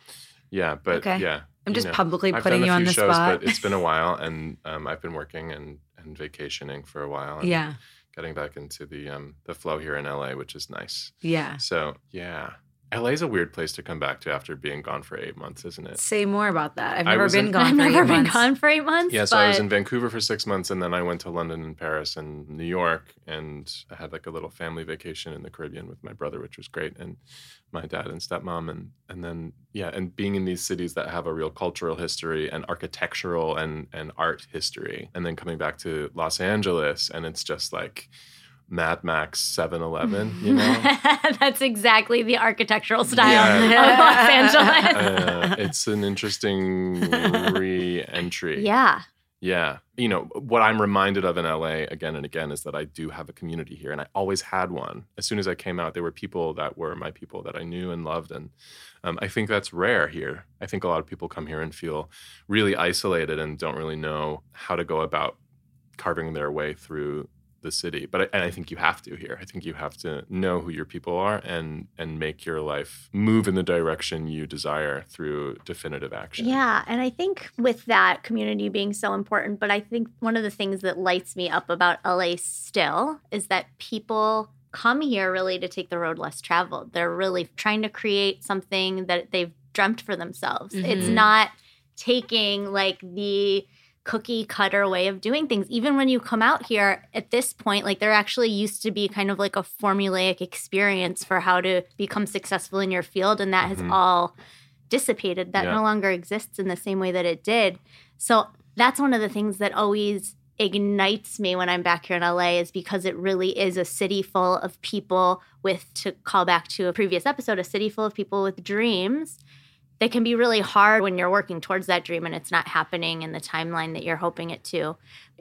Speaker 5: Yeah, but
Speaker 3: Okay.
Speaker 5: yeah.
Speaker 3: I'm
Speaker 5: you
Speaker 3: just
Speaker 5: know,
Speaker 3: publicly
Speaker 5: I've
Speaker 3: putting
Speaker 5: done
Speaker 3: you
Speaker 5: a
Speaker 3: on
Speaker 5: few
Speaker 3: the
Speaker 5: shows,
Speaker 3: spot.
Speaker 5: But it's been a while and um, I've been working and, and vacationing for a while and
Speaker 3: yeah.
Speaker 5: getting back into the um, the flow here in LA, which is nice.
Speaker 3: Yeah.
Speaker 5: So yeah. LA's a weird place to come back to after being gone for eight months, isn't it?
Speaker 3: Say more about that. I've
Speaker 5: I
Speaker 3: never
Speaker 5: was
Speaker 3: been
Speaker 5: in-
Speaker 3: gone.
Speaker 4: I've
Speaker 3: for eight
Speaker 4: never been
Speaker 3: months.
Speaker 4: gone for eight months.
Speaker 5: Yeah, so I was
Speaker 4: but-
Speaker 5: in Vancouver for six months, and then I went to London and Paris and New York, and I had like a little family vacation in the Caribbean with my brother, which was great, and my dad and stepmom, and and then yeah, and being in these cities that have a real cultural history and architectural and and art history, and then coming back to Los Angeles, and it's just like Mad Max Seven Eleven, you know.
Speaker 4: That's exactly the architectural style
Speaker 5: Yeah.
Speaker 4: of Los Angeles.
Speaker 5: Uh, it's an interesting re-entry.
Speaker 4: yeah.
Speaker 5: Yeah. You know, what I'm reminded of in LA again and again is that I do have a community here and I always had one. As soon as I came out, there were people that were my people that I knew and loved. And um, I think that's rare here. I think a lot of people come here and feel really isolated and don't really know how to go about carving their way through the city. But I, and I think you have to here. I think you have to know who your people are and and make your life move in the direction you desire through definitive action.
Speaker 4: Yeah. And I think with that community being so important, but I think one of the things that lights me up about LA still is that people come here really to take the road less traveled. They're really trying to create something that they've dreamt for themselves. It's
Speaker 3: Mhm.
Speaker 4: not taking like the cookie cutter way of doing things. Even when you come out here at this point, like there actually used to be kind of like a formulaic experience for how to become successful in your field. And that
Speaker 5: Mhm.
Speaker 4: has all dissipated. That
Speaker 5: Yeah.
Speaker 4: no longer exists in the same way that it did. So that's one of the things that always ignites me when I'm back here in LA is because it really is a city full of people with, to call back to a previous episode, a city full of people with dreams that can be really hard when you're working towards that dream and it's not happening in the timeline that you're hoping it to.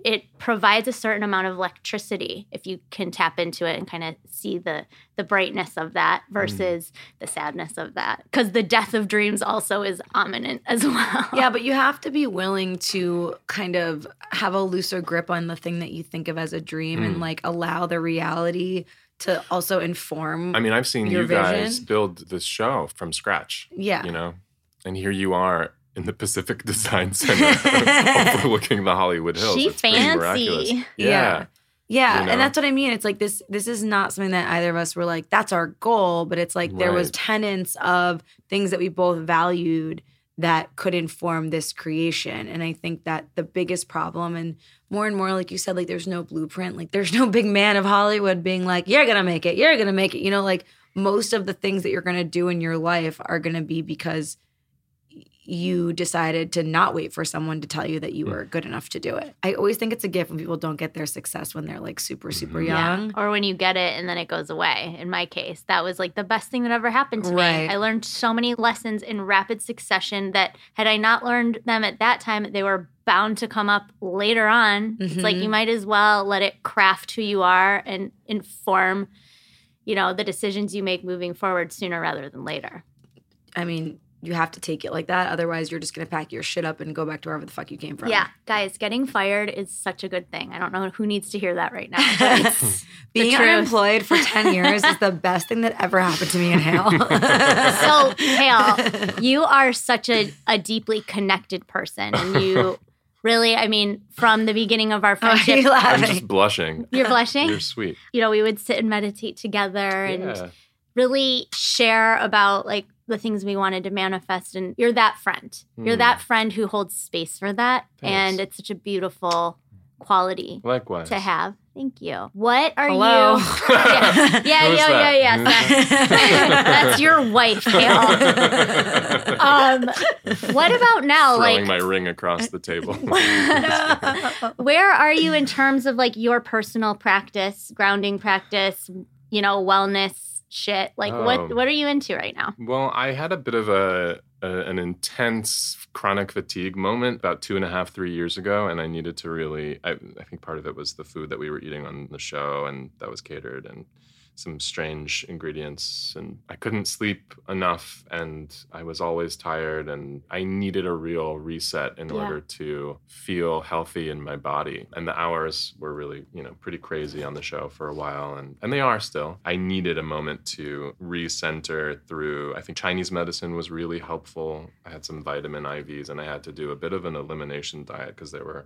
Speaker 4: It provides a certain amount of electricity if you can tap into it and kind of see the the brightness of that versus the sadness of that. Because the death of dreams also is ominous as well.
Speaker 3: Yeah, but you have to be willing to kind of have a looser grip on the thing that you think of as a dream and
Speaker 5: Mm.
Speaker 3: like allow the reality to also inform.
Speaker 5: I mean, I've seen
Speaker 3: Your
Speaker 5: you guys
Speaker 3: vision?
Speaker 5: build this show from scratch,
Speaker 3: yeah.
Speaker 5: you know, and here you are in the Pacific Design Center overlooking the Hollywood Hills.
Speaker 4: She
Speaker 5: It's pretty
Speaker 4: fancy.
Speaker 5: miraculous.
Speaker 4: Yeah.
Speaker 5: Yeah.
Speaker 3: Yeah,
Speaker 5: You know?
Speaker 3: and that's what I mean. It's like this this is not something that either of us were like that's our goal, but it's like there was
Speaker 5: Right.
Speaker 3: tenets of things that we both valued that could inform this creation. And I think that the biggest problem and more and more like you said like there's no blueprint, like there's no big man of Hollywood being like you're going to make it, you're going to make it. You know, like most of the things that you're going to do in your life are going to be because you decided to not wait for someone to tell you that you were good enough to do it. I always think it's a gift when people don't get their success when they're like super, super
Speaker 5: Mhm.
Speaker 3: young.
Speaker 4: Or when you get it and then it goes away. In my case, that was like the best thing that ever happened to
Speaker 3: Right.
Speaker 4: me. I learned so many lessons in rapid succession that had I not learned them at that time, they were bound to come up later on. It's like
Speaker 3: Mhm.
Speaker 4: you might as well let it craft who you are and inform, you know, the decisions you make moving forward sooner rather than later.
Speaker 3: I mean, you have to take it like that. Otherwise, you're just gonna pack your shit up and go back to wherever the fuck you came from.
Speaker 4: Yeah, guys, getting fired is such a good thing. I don't know who needs to hear that right now. but it's the
Speaker 3: Being
Speaker 4: truth.
Speaker 3: unemployed for 10 years is the best thing that ever happened to me in hell.
Speaker 4: so, Hale, you are such a, a deeply connected person. And you really, I mean, from the beginning of our
Speaker 3: Why are
Speaker 4: friendship,
Speaker 3: you
Speaker 5: I'm
Speaker 3: laughing?
Speaker 5: just blushing.
Speaker 4: you're blushing.
Speaker 5: You're sweet.
Speaker 4: you know, we would sit and meditate together and
Speaker 5: Yeah.
Speaker 4: really share about like the things we wanted to manifest. And you're that friend. You're
Speaker 5: Hmm.
Speaker 4: that friend who holds space for that. And
Speaker 5: Thanks.
Speaker 4: it's such a beautiful quality
Speaker 5: Likewise.
Speaker 4: to have. Thank you. What are
Speaker 3: Hello.
Speaker 4: you? Yeah, yeah,
Speaker 5: Who's
Speaker 4: yeah,
Speaker 5: that? Hmm.
Speaker 4: yeah,
Speaker 5: Who's
Speaker 4: yeah. That's your wife, Hale. Um, what about now? like,
Speaker 5: Throwing my ring across the table.
Speaker 3: Oh.
Speaker 4: where are you in terms of like your personal practice, grounding practice, you know, wellness shit? Like, what
Speaker 5: Oh.
Speaker 4: what are you into right now?
Speaker 5: Well, I had a bit of a, a an intense chronic fatigue moment about two and a half, three years ago, and I needed to really. I, I think part of it was the food that we were eating on the show, and that was catered, and some strange ingredients, and I couldn't sleep enough, and I was always tired, and I needed a real reset in
Speaker 4: Yeah.
Speaker 5: order to feel healthy in my body. And the hours were really, you know, pretty crazy on the show for a while, and and they are still. I needed a moment to recenter through. I think Chinese medicine was really helpful. I had some vitamin IVs, and I had to do a bit of an elimination diet because there were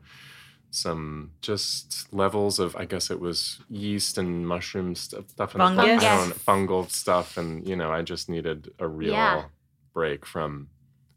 Speaker 5: some just levels of I guess it was yeast and mushroom st- stuff and I
Speaker 3: Fungus.
Speaker 5: don't fungal stuff and you know I just needed a real
Speaker 4: Yeah.
Speaker 5: break from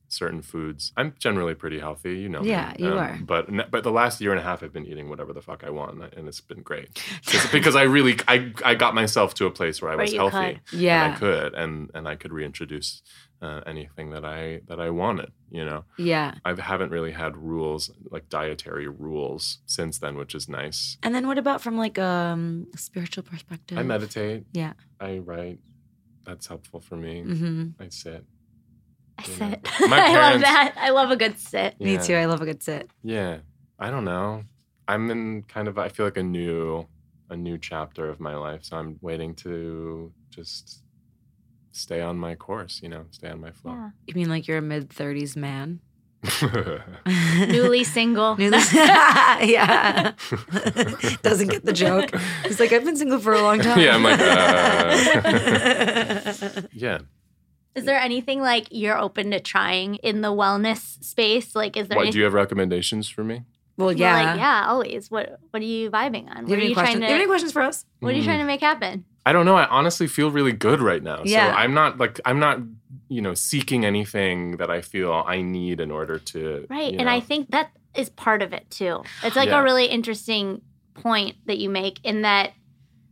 Speaker 5: certain foods. I'm generally pretty healthy, you know. me. um,
Speaker 3: Yeah, you are.
Speaker 5: But n- but the last year and a half I've been eating whatever the fuck I want and it's been great. It's because I really I I got myself to a place where I
Speaker 4: Where
Speaker 5: was
Speaker 4: you
Speaker 5: healthy.
Speaker 4: could.
Speaker 5: And I
Speaker 3: yeah.
Speaker 5: could and and I could reintroduce uh, anything that I that I wanted, you know.
Speaker 3: Yeah.
Speaker 5: I haven't really had rules like dietary rules since then, which is nice.
Speaker 3: And then what about from like um, a spiritual perspective?
Speaker 4: Mm.
Speaker 5: I meditate.
Speaker 3: Yeah.
Speaker 5: I write. That's helpful for me.
Speaker 4: Mm.
Speaker 3: hmm
Speaker 5: I sit.
Speaker 4: I
Speaker 5: You know,
Speaker 4: sit.
Speaker 5: my
Speaker 4: I love
Speaker 5: parents-
Speaker 4: that. I love a good sit.
Speaker 3: Me
Speaker 5: Yeah.
Speaker 3: too. I love a good sit.
Speaker 5: Yeah. I don't know. I'm in kind of I feel like a new a new chapter of my life, so I'm waiting to just stay on my course, you know, stay on my flow.
Speaker 4: Yeah.
Speaker 3: You mean like you're a mid 30s man?
Speaker 4: Newly single.
Speaker 3: Newly- yeah. Doesn't get the joke. He's like, I've been single for a long time.
Speaker 5: Yeah, I'm like, uh. yeah.
Speaker 4: Is there anything like you're open to trying in the wellness space? Like, is there
Speaker 5: What
Speaker 4: anything?
Speaker 5: do you have recommendations for me?
Speaker 3: well,
Speaker 4: Well,
Speaker 3: yeah.
Speaker 4: like, yeah, always. What What are you vibing on?
Speaker 3: Do you have
Speaker 4: What are
Speaker 3: any
Speaker 4: you
Speaker 3: questions?
Speaker 4: trying
Speaker 3: Do you have any
Speaker 4: to?
Speaker 3: questions for us?
Speaker 4: What are you
Speaker 5: Mm.
Speaker 4: trying to make happen?
Speaker 5: I don't know. I honestly feel really good right now.
Speaker 3: Yeah.
Speaker 5: So I'm not like I'm not, you know, seeking anything that I feel I need in order to
Speaker 4: Right.
Speaker 5: you
Speaker 4: And I
Speaker 5: know.
Speaker 4: think that is part of it too. It's like
Speaker 5: Yeah.
Speaker 4: a really interesting point that you make in that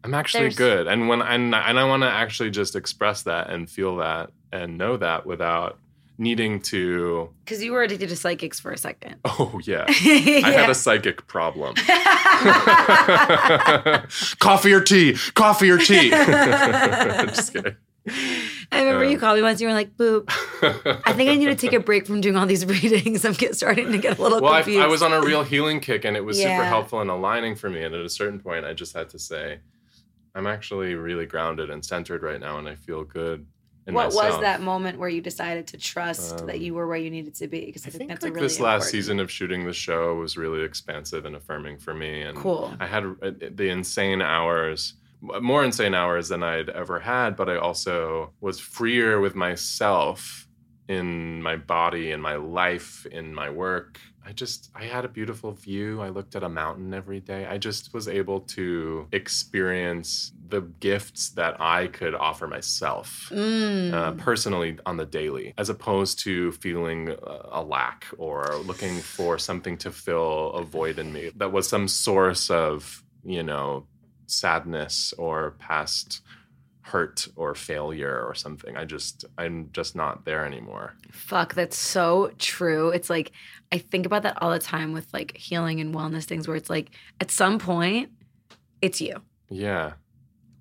Speaker 5: I'm actually
Speaker 4: there's-
Speaker 5: good. And when and and I want to actually just express that and feel that and know that without needing to
Speaker 3: Because you were addicted to psychics for a second.
Speaker 5: oh yeah.
Speaker 3: yeah.
Speaker 5: I had a psychic problem. Coffee or tea? Coffee or tea? just kidding.
Speaker 3: I remember you
Speaker 5: Um,
Speaker 3: called me once. You were like, "Boop, I think I need to take a break from doing all these readings. I'm get, starting to get a little
Speaker 5: well, I,
Speaker 3: confused."
Speaker 5: I was on a real healing kick, and it was
Speaker 3: Yeah.
Speaker 5: super helpful and aligning for me. And at a certain point, I just had to say, I'm actually really grounded and centered right now, and I feel good. In
Speaker 3: what was
Speaker 5: myself."
Speaker 3: that moment where you decided to trust that
Speaker 5: Um,
Speaker 3: you were where you needed to be? Because I,
Speaker 5: I
Speaker 3: think,
Speaker 5: think
Speaker 3: that's
Speaker 5: like
Speaker 3: a really
Speaker 5: this last
Speaker 3: important-
Speaker 5: season of shooting the show was really expansive and affirming for me. And
Speaker 3: Cool.
Speaker 5: I had uh, the insane hours, m- more insane hours than I'd ever had, but I also was freer with myself in my body, in my life, in my work. I just, I had a beautiful view. I looked at a mountain every day. I just was able to experience the gifts that I could offer myself
Speaker 3: Mm.
Speaker 5: uh, personally on the daily, as opposed to feeling uh, a lack or looking for something to fill a void in me that was some source of, you know, sadness or past hurt or failure or something. I just, I'm just not there anymore.
Speaker 3: Fuck, that's so true. It's like I think about that all the time with like healing and wellness things, where it's like at some point, it's you.
Speaker 5: Yeah.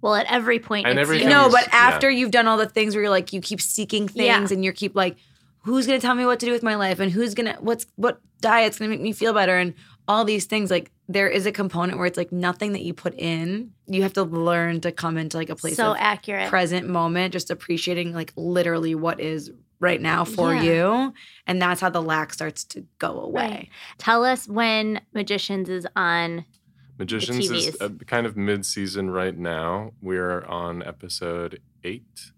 Speaker 4: well, at every point,
Speaker 5: And
Speaker 4: it's
Speaker 5: every
Speaker 4: you.
Speaker 5: time-
Speaker 3: No,
Speaker 5: Becomes-
Speaker 3: but after you've done all the things where you're like you keep seeking things
Speaker 4: Yeah.
Speaker 3: and you're keep like, who's gonna tell me what to do with my life and who's gonna what's what diet's gonna make me feel better and all these things like there is a component where it's like nothing that you put in you have to learn to come into like a place
Speaker 4: so
Speaker 3: of
Speaker 4: accurate.
Speaker 3: present moment just appreciating like literally what is right now for
Speaker 4: Yeah.
Speaker 3: you. And that's how the lack starts to go away.
Speaker 4: Right. Tell us when Magicians is on.
Speaker 5: Magicians is
Speaker 4: TVs.
Speaker 5: uh, kind of mid-season right now. We're on episode eight.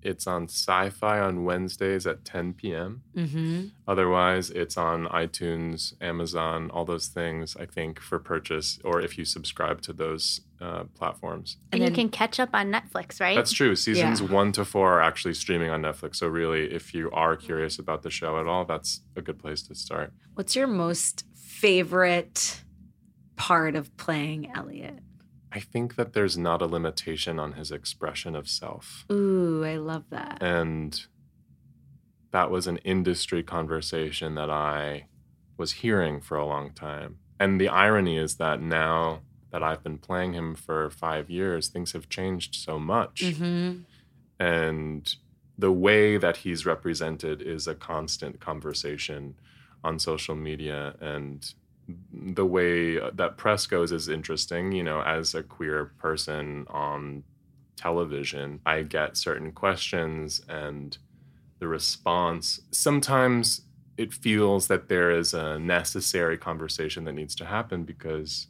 Speaker 5: It's on Sci-Fi on Wednesdays at 10 p.m.
Speaker 3: Mm-hmm.
Speaker 5: Otherwise, it's on iTunes, Amazon, all those things. I think for purchase or if you subscribe to those uh, platforms.
Speaker 4: And,
Speaker 3: then-
Speaker 4: you can catch up on Netflix, right?
Speaker 5: That's true. Seasons one to four are actually streaming on Netflix. So really, if you are curious about the show at all, that's a good place to start.
Speaker 3: What's your most favorite part of playing Elliot?
Speaker 5: I think that there's not a limitation on his expression of self.
Speaker 3: Ooh, I love that.
Speaker 5: And that was an industry conversation that I was hearing for a long time. And the irony is that now that I've been playing him for five years, things have changed so much.
Speaker 3: Mm-hmm.
Speaker 5: and the way that he's represented is a constant conversation on social media and the way that press goes is interesting you know as a queer person on television i get certain questions and the response sometimes it feels that there is a necessary conversation that needs to happen because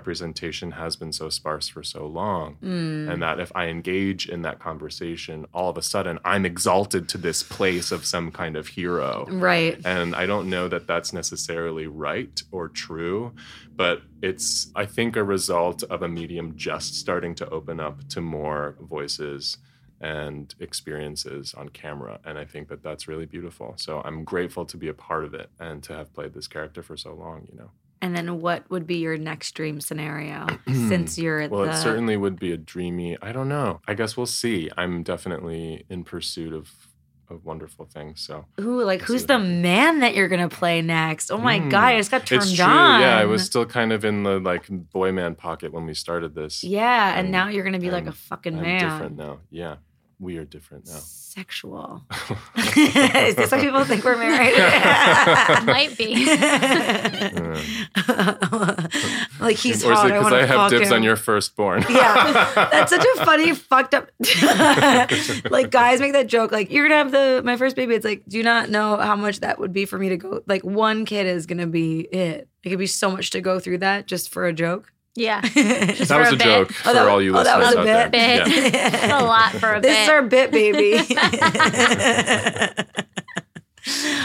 Speaker 5: representation has been so sparse for so long and that if I engage in that conversation, all of a sudden I'm exalted to this place of some kind of hero.
Speaker 3: Right.
Speaker 5: And I don't know that that's necessarily right or true, but it's, I think, a result of a medium just starting to open up to more voices and experiences on camera. And I think that that's really beautiful. So I'm grateful to be a part of it and to have played this character for so long, you know.
Speaker 3: And then what would be your next dream scenario since you're at
Speaker 5: Well,
Speaker 3: the
Speaker 5: it certainly would be a dreamy. I don't know. I guess we'll see. I'm definitely in pursuit of of wonderful things. So
Speaker 3: Ooh, like
Speaker 5: Let's
Speaker 3: who's
Speaker 5: see.
Speaker 3: the man that you're gonna play next? Oh my
Speaker 5: Mm.
Speaker 3: god, I just got turned
Speaker 5: it's true.
Speaker 3: on.
Speaker 5: Yeah, I was still kind of in the like boy man pocket when we started this.
Speaker 3: Yeah, and
Speaker 5: I'm-
Speaker 3: now you're gonna be like
Speaker 5: I'm-
Speaker 3: a fucking
Speaker 5: I'm
Speaker 3: man.
Speaker 5: different now. Yeah, we are different now.
Speaker 3: Sexual. Is this why people think we're married?
Speaker 4: Might be.
Speaker 3: like he's
Speaker 5: or is
Speaker 3: hot.
Speaker 5: it
Speaker 3: I
Speaker 5: because
Speaker 3: want
Speaker 5: I,
Speaker 3: to
Speaker 5: have
Speaker 3: fuck
Speaker 5: dibs
Speaker 3: him.
Speaker 5: on your firstborn?
Speaker 3: yeah, that's such a funny fucked up. like guys make that joke, like you're gonna have the my first baby. It's like, do you not know how much that would be for me to go. Like one kid is gonna be it. It could be so much to go through that just for a joke.
Speaker 4: Yeah.
Speaker 3: It's
Speaker 5: that was
Speaker 4: for
Speaker 5: a
Speaker 4: a bit.
Speaker 5: joke for
Speaker 3: Oh, that-
Speaker 5: all you
Speaker 3: oh, that
Speaker 5: listeners
Speaker 3: was a
Speaker 5: out there.
Speaker 4: bit.
Speaker 5: Yeah.
Speaker 4: It's a lot for a
Speaker 3: This
Speaker 4: bit.
Speaker 3: is our bit, baby.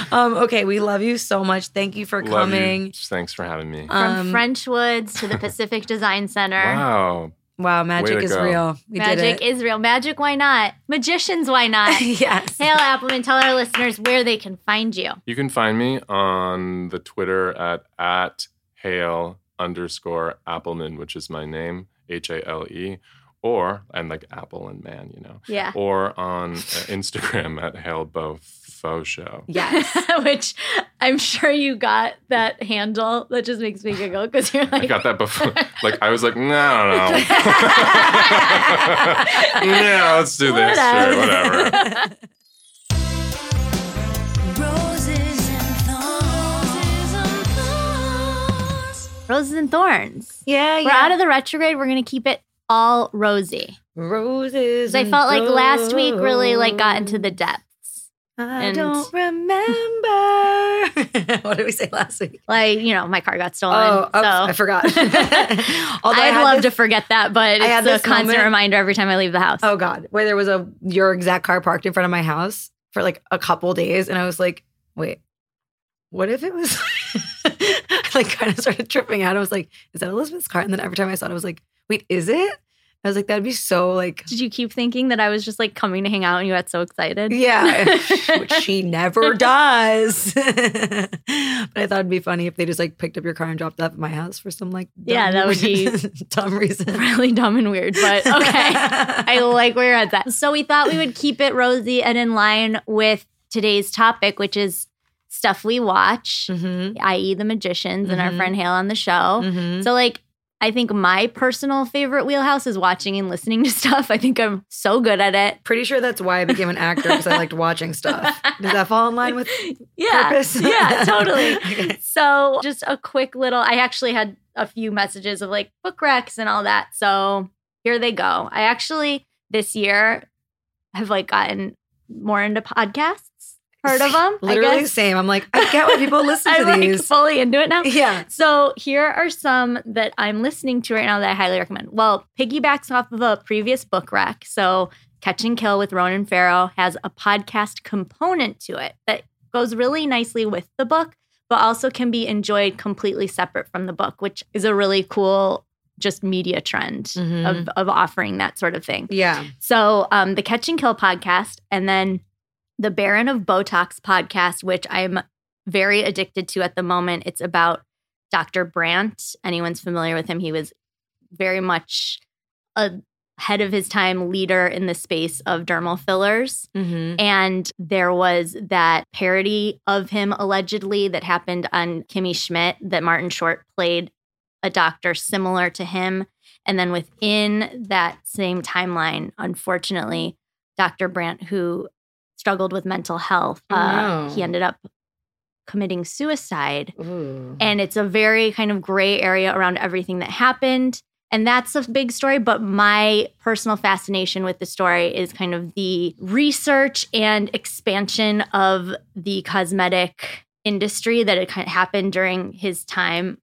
Speaker 3: um, okay, we love you so much. Thank you for
Speaker 5: Love you.
Speaker 3: coming.
Speaker 5: Thanks for having me.
Speaker 4: From
Speaker 3: Um,
Speaker 4: French Woods to the Pacific Design Center.
Speaker 5: wow.
Speaker 3: Wow, magic
Speaker 5: to
Speaker 3: is
Speaker 5: go.
Speaker 3: real. We
Speaker 4: Magic
Speaker 3: did
Speaker 4: is real. Magic, why not? Magicians, why not?
Speaker 3: it. yes.
Speaker 4: Hail Appleman, tell our listeners where they can find you.
Speaker 5: You can find me on the Twitter at at Hale underscore Appleman, which is my name, H A L E, or and like Apple and man, you know,
Speaker 4: Yeah.
Speaker 5: or on uh, Instagram at Hale Bofo Show.
Speaker 3: Yes.
Speaker 4: Which I'm sure you got that handle. That just makes me giggle because you're
Speaker 5: I
Speaker 4: like,
Speaker 5: got that before. like I was like, no, no, no. yeah, let's do this. Sure, whatever.
Speaker 2: Roses and thorns.
Speaker 4: Roses and Thorns.
Speaker 3: Yeah,
Speaker 4: We're out of the retrograde. We're going to keep it all rosy.
Speaker 3: roses.
Speaker 4: 'Cause I
Speaker 3: and
Speaker 4: felt like last week really like got into the
Speaker 3: gold.
Speaker 4: depths.
Speaker 3: I
Speaker 4: and-
Speaker 3: don't remember. what did we say last week?
Speaker 4: Like, you know, my car got stolen.
Speaker 3: Oh, oops,
Speaker 4: so.
Speaker 3: I forgot. Although
Speaker 4: I'd
Speaker 3: had
Speaker 4: love
Speaker 3: this-
Speaker 4: to forget that, but
Speaker 3: I had
Speaker 4: it's a
Speaker 3: this
Speaker 4: constant
Speaker 3: moment-
Speaker 4: reminder every time I leave the house.
Speaker 3: Oh God, where there was a your exact car parked in front of my house for like a couple days, and I was like, wait, what if it was? I, like kind of started tripping out. I was like, is that Elizabeth's car? And then every time I saw it, I was like, wait, is it? I was like, that'd be so like,
Speaker 4: Did you keep thinking that I was just like coming to hang out and you got so excited?
Speaker 3: yeah, which she never does. but I thought it'd be funny if they just like picked up your car and dropped it off at my house for some like
Speaker 4: Yeah,
Speaker 3: dumb-
Speaker 4: that would be-
Speaker 3: dumb reason.
Speaker 4: really dumb and weird, but okay. I like where you're at that. So we thought we would keep it rosy and in line with today's topic, which is stuff we watch,
Speaker 3: Mhm,
Speaker 4: i.e. the magicians and our
Speaker 3: Mhm.
Speaker 4: friend Hale on the show.
Speaker 3: mhm.
Speaker 4: So like I think my personal favorite wheelhouse is watching and listening to stuff. I think I'm so good at it.
Speaker 3: Pretty sure that's why I became an actor because I liked watching stuff. Does that fall in line with
Speaker 4: Yeah.
Speaker 3: purpose?
Speaker 4: Yeah, totally.
Speaker 3: Okay.
Speaker 4: So just a quick little I actually had a few messages of like book recs and all that. So here they go. I actually this year have like gotten more into podcasts. heard of them.
Speaker 3: Literally the same. I'm like, I get why people listen to
Speaker 4: I'm like
Speaker 3: these.
Speaker 4: fully into it now.
Speaker 3: yeah.
Speaker 4: So here are some that I'm listening to right now that I highly recommend. Well, piggybacks off of a previous book rec. So Catch and Kill with Ronan Farrow has a podcast component to it that goes really nicely with the book, but also can be enjoyed completely separate from the book, which is a really cool just media trend
Speaker 3: Mhm.
Speaker 4: of, of offering that sort of thing.
Speaker 3: Yeah.
Speaker 4: So um, the Catch and Kill podcast, and then the Baron of Botox podcast, which I'm very addicted to at the moment. It's about Dr. Brandt. Anyone's familiar with him? He was very much ahead of his time leader in the space of dermal fillers.
Speaker 3: Mm-hmm.
Speaker 4: And there was that parody of him allegedly that happened on Kimmy Schmidt that Martin Short played a doctor similar to him. And then within that same timeline, unfortunately, Dr. Brandt, who struggled with mental health, uh,
Speaker 3: Oh.
Speaker 4: he ended up committing suicide.
Speaker 3: Ooh.
Speaker 4: And it's a very kind of gray area around everything that happened. And that's a big story. But my personal fascination with the story is kind of the research and expansion of the cosmetic industry that it kind of happened during his time.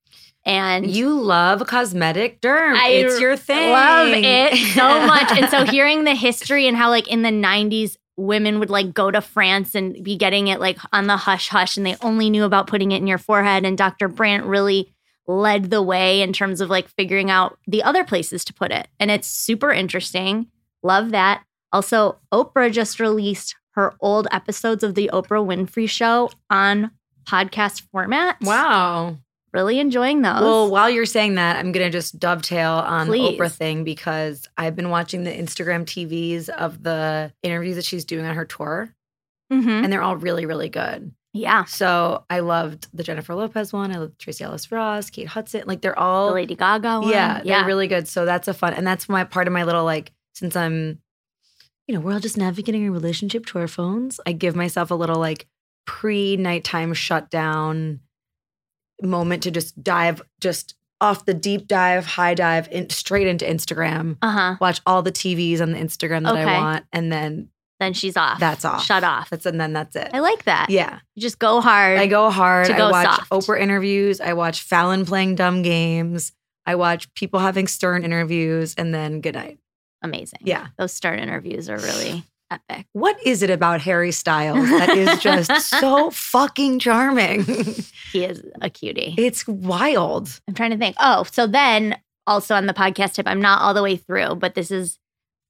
Speaker 4: And
Speaker 3: you love cosmetic derm.
Speaker 4: I
Speaker 3: it's your thing.
Speaker 4: love it so much. and so hearing the history and how like in the 90s women would like go to France and be getting it like on the hush hush and they only knew about putting it in your forehead and Dr. Brandt really led the way in terms of like figuring out the other places to put it. And it's super interesting. Love that. Also, Oprah just released her old episodes of the Oprah Winfrey show on podcast format.
Speaker 3: Wow.
Speaker 4: Really enjoying those.
Speaker 3: Well, while you're saying that, I'm going to just dovetail on
Speaker 4: Please.
Speaker 3: the Oprah thing because I've been watching the Instagram TVs of the interviews that she's doing on her tour,
Speaker 4: Mhm.
Speaker 3: and they're all really, really good.
Speaker 4: yeah.
Speaker 3: So I loved the Jennifer Lopez one. I loved Tracy Ellis Ross, Kate Hudson. Like they're all
Speaker 4: The Lady Gaga one.
Speaker 3: Oh, Yeah, they're really good. So that's a fun, and that's my part of my little like since I'm, you know, we're all just navigating a relationship to our phones. I give myself a little like pre nighttime shutdown moment to just dive just off the deep dive, high dive, in, straight into Instagram.
Speaker 4: Uh-huh.
Speaker 3: Watch all the TVs on the Instagram that
Speaker 4: Okay.
Speaker 3: I want, and then
Speaker 4: Then she's off.
Speaker 3: That's off.
Speaker 4: Shut off.
Speaker 3: that's and then that's it.
Speaker 4: I like that.
Speaker 3: yeah,
Speaker 4: You just go hard.
Speaker 3: I go hard.
Speaker 4: to go
Speaker 3: I watch
Speaker 4: soft.
Speaker 3: Oprah interviews. I watch Fallon playing dumb games. I watch people having stern interviews, and then good night.
Speaker 4: Amazing.
Speaker 3: Yeah.
Speaker 4: Those start interviews are really epic.
Speaker 3: what is it about Harry Styles that is just so fucking charming?
Speaker 4: He is a cutie.
Speaker 3: it's wild.
Speaker 4: I'm trying to think. Oh, so then also on the podcast tip, I'm not all the way through, but this is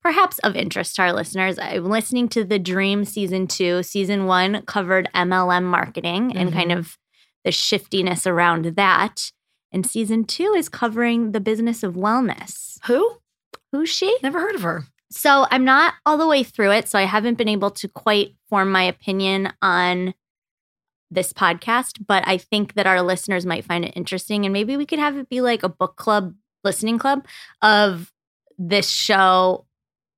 Speaker 4: perhaps of interest to our listeners. I'm listening to The Dream season two. Season one covered MLM marketing and
Speaker 3: Mhm.
Speaker 4: kind of the shiftiness around that. And season two is covering the business of wellness.
Speaker 3: Who?
Speaker 4: Who's she?
Speaker 3: Never heard of her.
Speaker 4: So I'm not all the way through it. So I haven't been able to quite form my opinion on this podcast, but I think that our listeners might find it interesting. And maybe we could have it be like a book club, listening club of this show.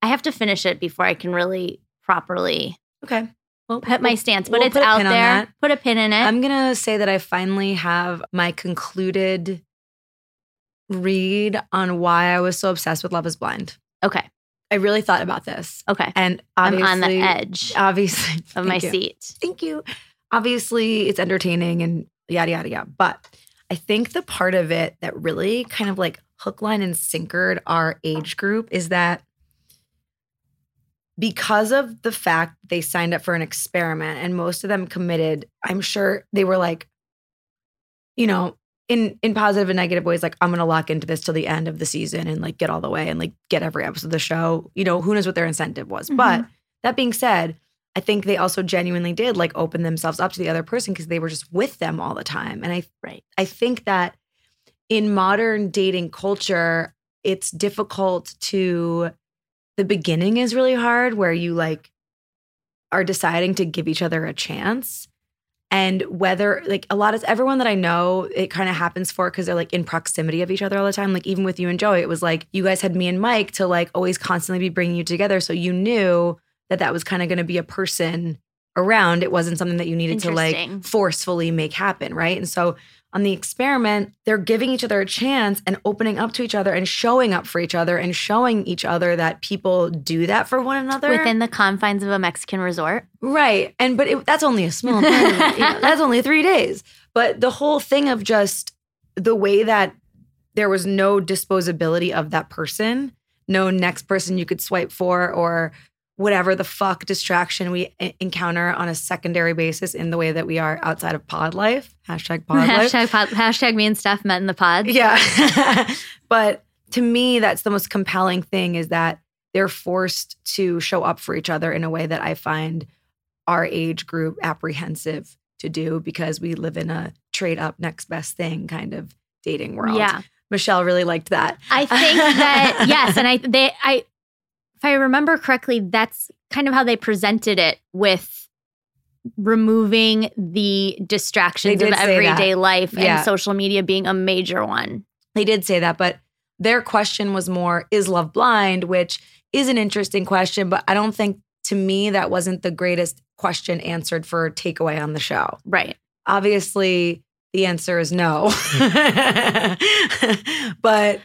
Speaker 4: I have to finish it before I can really properly
Speaker 3: Okay. Well,
Speaker 4: put my stance, but
Speaker 3: we'll
Speaker 4: it's
Speaker 3: put a
Speaker 4: out
Speaker 3: pin on
Speaker 4: there.
Speaker 3: that.
Speaker 4: Put a pin in it.
Speaker 3: I'm going to say that I finally have my concluded read on why I was so obsessed with Love is Blind.
Speaker 4: okay.
Speaker 3: I really thought about this.
Speaker 4: Okay.
Speaker 3: And
Speaker 4: I'm
Speaker 3: obviously,
Speaker 4: on the edge
Speaker 3: Obviously,
Speaker 4: of
Speaker 3: Thank
Speaker 4: my
Speaker 3: you.
Speaker 4: seat.
Speaker 3: thank you. Obviously, it's entertaining and yada, yada, yada. But I think the part of it that really kind of like hook, line, and sinkered our age group is that because of the fact they signed up for an experiment and most of them committed, I'm sure they were like, you know, in in positive and negative ways, like I'm gonna lock into this till the end of the season and like get all the way and like get every episode of the show. You know, who knows what their incentive was. But that being said, I think they also genuinely did like open themselves up to the other person because they were just with them all the time. And I
Speaker 4: Right.
Speaker 3: I think that in modern dating culture, it's difficult to the beginning is really hard where you like are deciding to give each other a chance and whether like a lot of everyone that i know it kind of happens for because they're like in proximity of each other all the time like even with you and joey it was like you guys had me and mike to like always constantly be bringing you together so you knew that that was kind of going to be a person around it wasn't something that you needed to like
Speaker 4: Interesting.
Speaker 3: forcefully make happen right and so on the experiment, they're giving each other a chance and opening up to each other and showing up for each other and showing each other that people do that for one another.
Speaker 4: within the confines of a Mexican resort.
Speaker 3: Right. And but it, that's only a small thing. you know, that's only 3 days. But the whole thing of just the way that there was no disposability of that person, no next person you could swipe for or whatever the fuck distraction we e- encounter on a secondary basis in the way that we are outside of pod life. Hashtag pod life.
Speaker 4: Hashtag, pod, hashtag me and Steph met in the pod.
Speaker 3: Yeah. but to me, that's the most compelling thing is that they're forced to show up for each other in a way that I find our age group apprehensive to do because we live in a trade up next best thing kind of dating world.
Speaker 4: Yeah.
Speaker 3: Michelle really liked that.
Speaker 4: I think that yes, and I they I if I remember correctly, that's kind of how they presented it with removing the distractions
Speaker 3: They
Speaker 4: of
Speaker 3: did say
Speaker 4: everyday life
Speaker 3: Yeah.
Speaker 4: and social media being a major one.
Speaker 3: They did say that, but their question was more is love blind, which is an interesting question, but I don't think to me that wasn't the greatest question answered for takeaway on the show.
Speaker 4: Right.
Speaker 3: obviously the answer is no but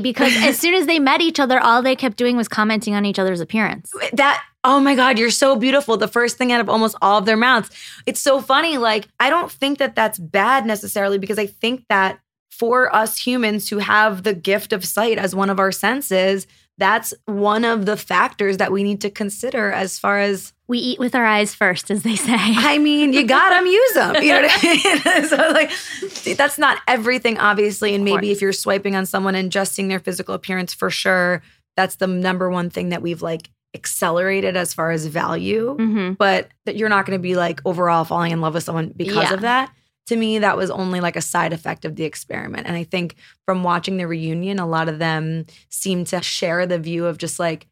Speaker 4: because as soon as they met each other, all they kept doing was commenting on each other's appearance.
Speaker 3: that oh my god you're so beautiful the first thing out of almost all of their mouths it's so funny like i don't think that that's bad necessarily because i think that for us humans who have the gift of sight as one of our senses that's one of the factors that we need to consider as far as
Speaker 4: We eat with our eyes first, as they say.
Speaker 3: I mean, you got them, use them. You know what I mean? so like, that's not everything, obviously. And
Speaker 4: Of
Speaker 3: maybe if
Speaker 4: course.
Speaker 3: you're swiping on someone and just seeing their physical appearance, for sure, that's the number one thing that we've like accelerated as far as value.
Speaker 4: Mhm.
Speaker 3: But that you're not going to be like overall falling in love with someone because
Speaker 4: Yeah.
Speaker 3: of that. To me, that was only like a side effect of the experiment. And I think from watching the reunion, a lot of them seem to share the view of just like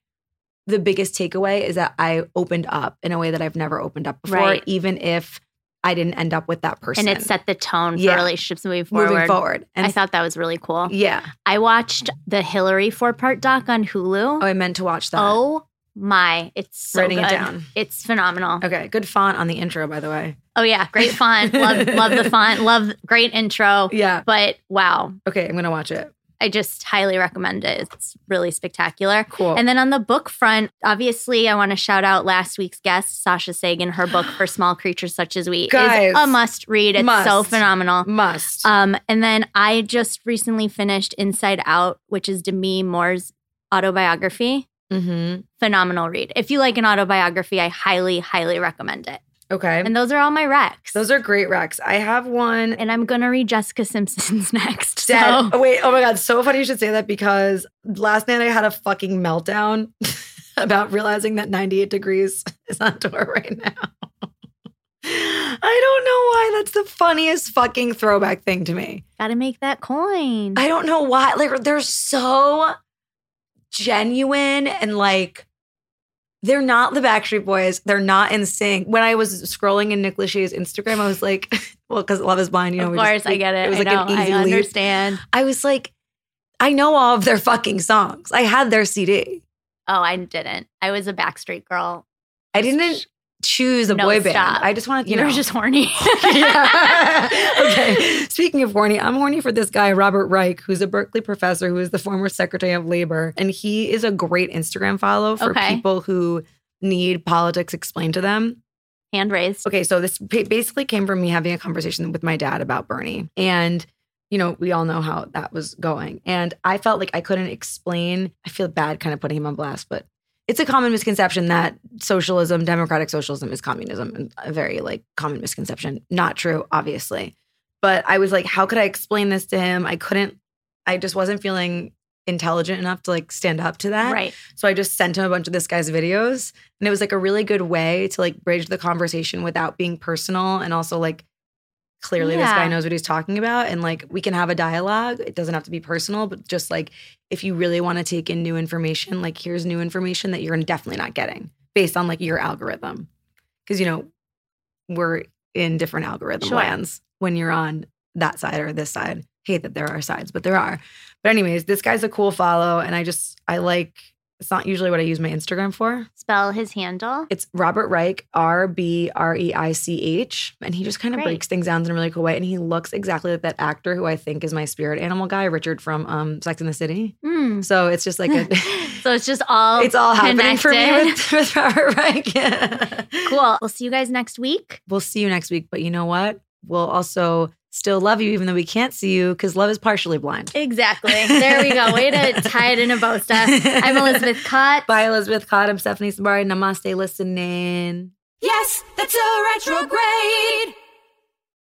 Speaker 3: the biggest takeaway is that I opened up in a way that I've never opened up before,
Speaker 4: Right.
Speaker 3: even if I didn't end up with that person.
Speaker 4: And it set the tone for
Speaker 3: Yeah.
Speaker 4: relationships moving forward.
Speaker 3: moving forward. And
Speaker 4: I thought that was really cool.
Speaker 3: yeah,
Speaker 4: I watched the Hillary four part doc on Hulu.
Speaker 3: oh, I meant to watch that.
Speaker 4: Oh my, it's so
Speaker 3: Writing it
Speaker 4: good.
Speaker 3: down.
Speaker 4: It's phenomenal.
Speaker 3: okay, good font on the intro, by the way.
Speaker 4: Oh yeah, great font. love love the font. Love great intro.
Speaker 3: Yeah.
Speaker 4: But wow,
Speaker 3: Okay, I'm gonna watch it.
Speaker 4: I just highly recommend it. It's really spectacular.
Speaker 3: Cool.
Speaker 4: And then on the book front, obviously, I want to shout out last week's guest, Sasha Sagan. Her book for small creatures such as we
Speaker 3: Guys,
Speaker 4: is a must read. It's so
Speaker 3: must.
Speaker 4: phenomenal.
Speaker 3: Must.
Speaker 4: Um, and then I just recently finished Inside Out, which is Demi Moore's autobiography.
Speaker 3: mm-hmm.
Speaker 4: Phenomenal read. If you like an autobiography, I highly, highly recommend it.
Speaker 3: Okay.
Speaker 4: And those are all my recs.
Speaker 3: Those are great recs. I have one
Speaker 4: and I'm gonna read Jessica Simpson's next.
Speaker 3: Dead.
Speaker 4: So
Speaker 3: Oh, wait, oh my God. So funny you should say that because last night I had a fucking meltdown about realizing that 98 degrees is on tour right now. I don't know why that's the funniest fucking throwback thing to me.
Speaker 4: gotta make that coin.
Speaker 3: I don't know why. Like, they're so genuine and like, they're not the Backstreet Boys. They're not in sync. When I was scrolling in Nick Lachey's Instagram, I was like, well, because Love is Blind, you know.
Speaker 4: of
Speaker 3: we just-
Speaker 4: course, I get it.
Speaker 3: It was like
Speaker 4: I know.
Speaker 3: an easy
Speaker 4: I
Speaker 3: leap.
Speaker 4: understand.
Speaker 3: I was like, I know all of their fucking songs. I had their CD.
Speaker 4: Oh, I didn't. I was a Backstreet Girl.
Speaker 3: I didn't choose a
Speaker 4: No,
Speaker 3: boy band.
Speaker 4: stop.
Speaker 3: I just wanted, you
Speaker 4: You, were
Speaker 3: know.
Speaker 4: just horny.
Speaker 3: Yeah. okay. Speaking of horny, I'm horny for this guy, Robert Reich, who's a Berkeley professor who is the former Secretary of Labor. And he is a great Instagram follow for
Speaker 4: Okay.
Speaker 3: people who need politics explained to them.
Speaker 4: Hand raised.
Speaker 3: Okay, so this ba- basically came from me having a conversation with my dad about Bernie. And, you know, we all know how that was going. And I felt like I couldn't explain. I feel bad kind of putting him on blast, but it's a common misconception that socialism, democratic socialism, is communism. and A very like common misconception. Not true, obviously. But I was like, how could I explain this to him? I couldn't, I just wasn't feeling intelligent enough to like stand up to that.
Speaker 4: Right.
Speaker 3: So I just sent him a bunch of this guy's videos. And it was like a really good way to like bridge the conversation without being personal and also like clearly this guy
Speaker 4: Yeah.
Speaker 3: knows what he's talking about and like we can have a dialogue. It doesn't have to be personal, but just like if you really want to take in new information, like here's new information that you're definitely not getting based on like your algorithm. Cause you know, we're in different algorithm
Speaker 4: Sure.
Speaker 3: lands when you're on that side or this side. Hate that there are sides, but there are. But anyways, this guy's a cool follow, and I just I like It's not usually what I use my Instagram for.
Speaker 4: Spell his handle.
Speaker 3: It's Robert Reich, R B R E I C H. And he just kind of
Speaker 4: Great.
Speaker 3: breaks things down in a really cool way. And he looks exactly like that actor who I think is my spirit animal guy, Richard from um, Sex in the City.
Speaker 4: Mm.
Speaker 3: So it's just like a.
Speaker 4: so it's just all
Speaker 3: It's all happening for me
Speaker 4: connected.
Speaker 3: with, with Robert Reich.
Speaker 4: cool. We'll see you guys next week.
Speaker 3: We'll see you next week. But you know what? We'll also still love you, even though we can't see you, because love is partially blind.
Speaker 4: Exactly. There we go. Way to tie it in a bow, Steph. I'm Elizabeth Cott.
Speaker 3: Bye, Elizabeth Cott. I'm Stephanie Sambari. Namaste, listening.
Speaker 2: Yes, that's a retrograde.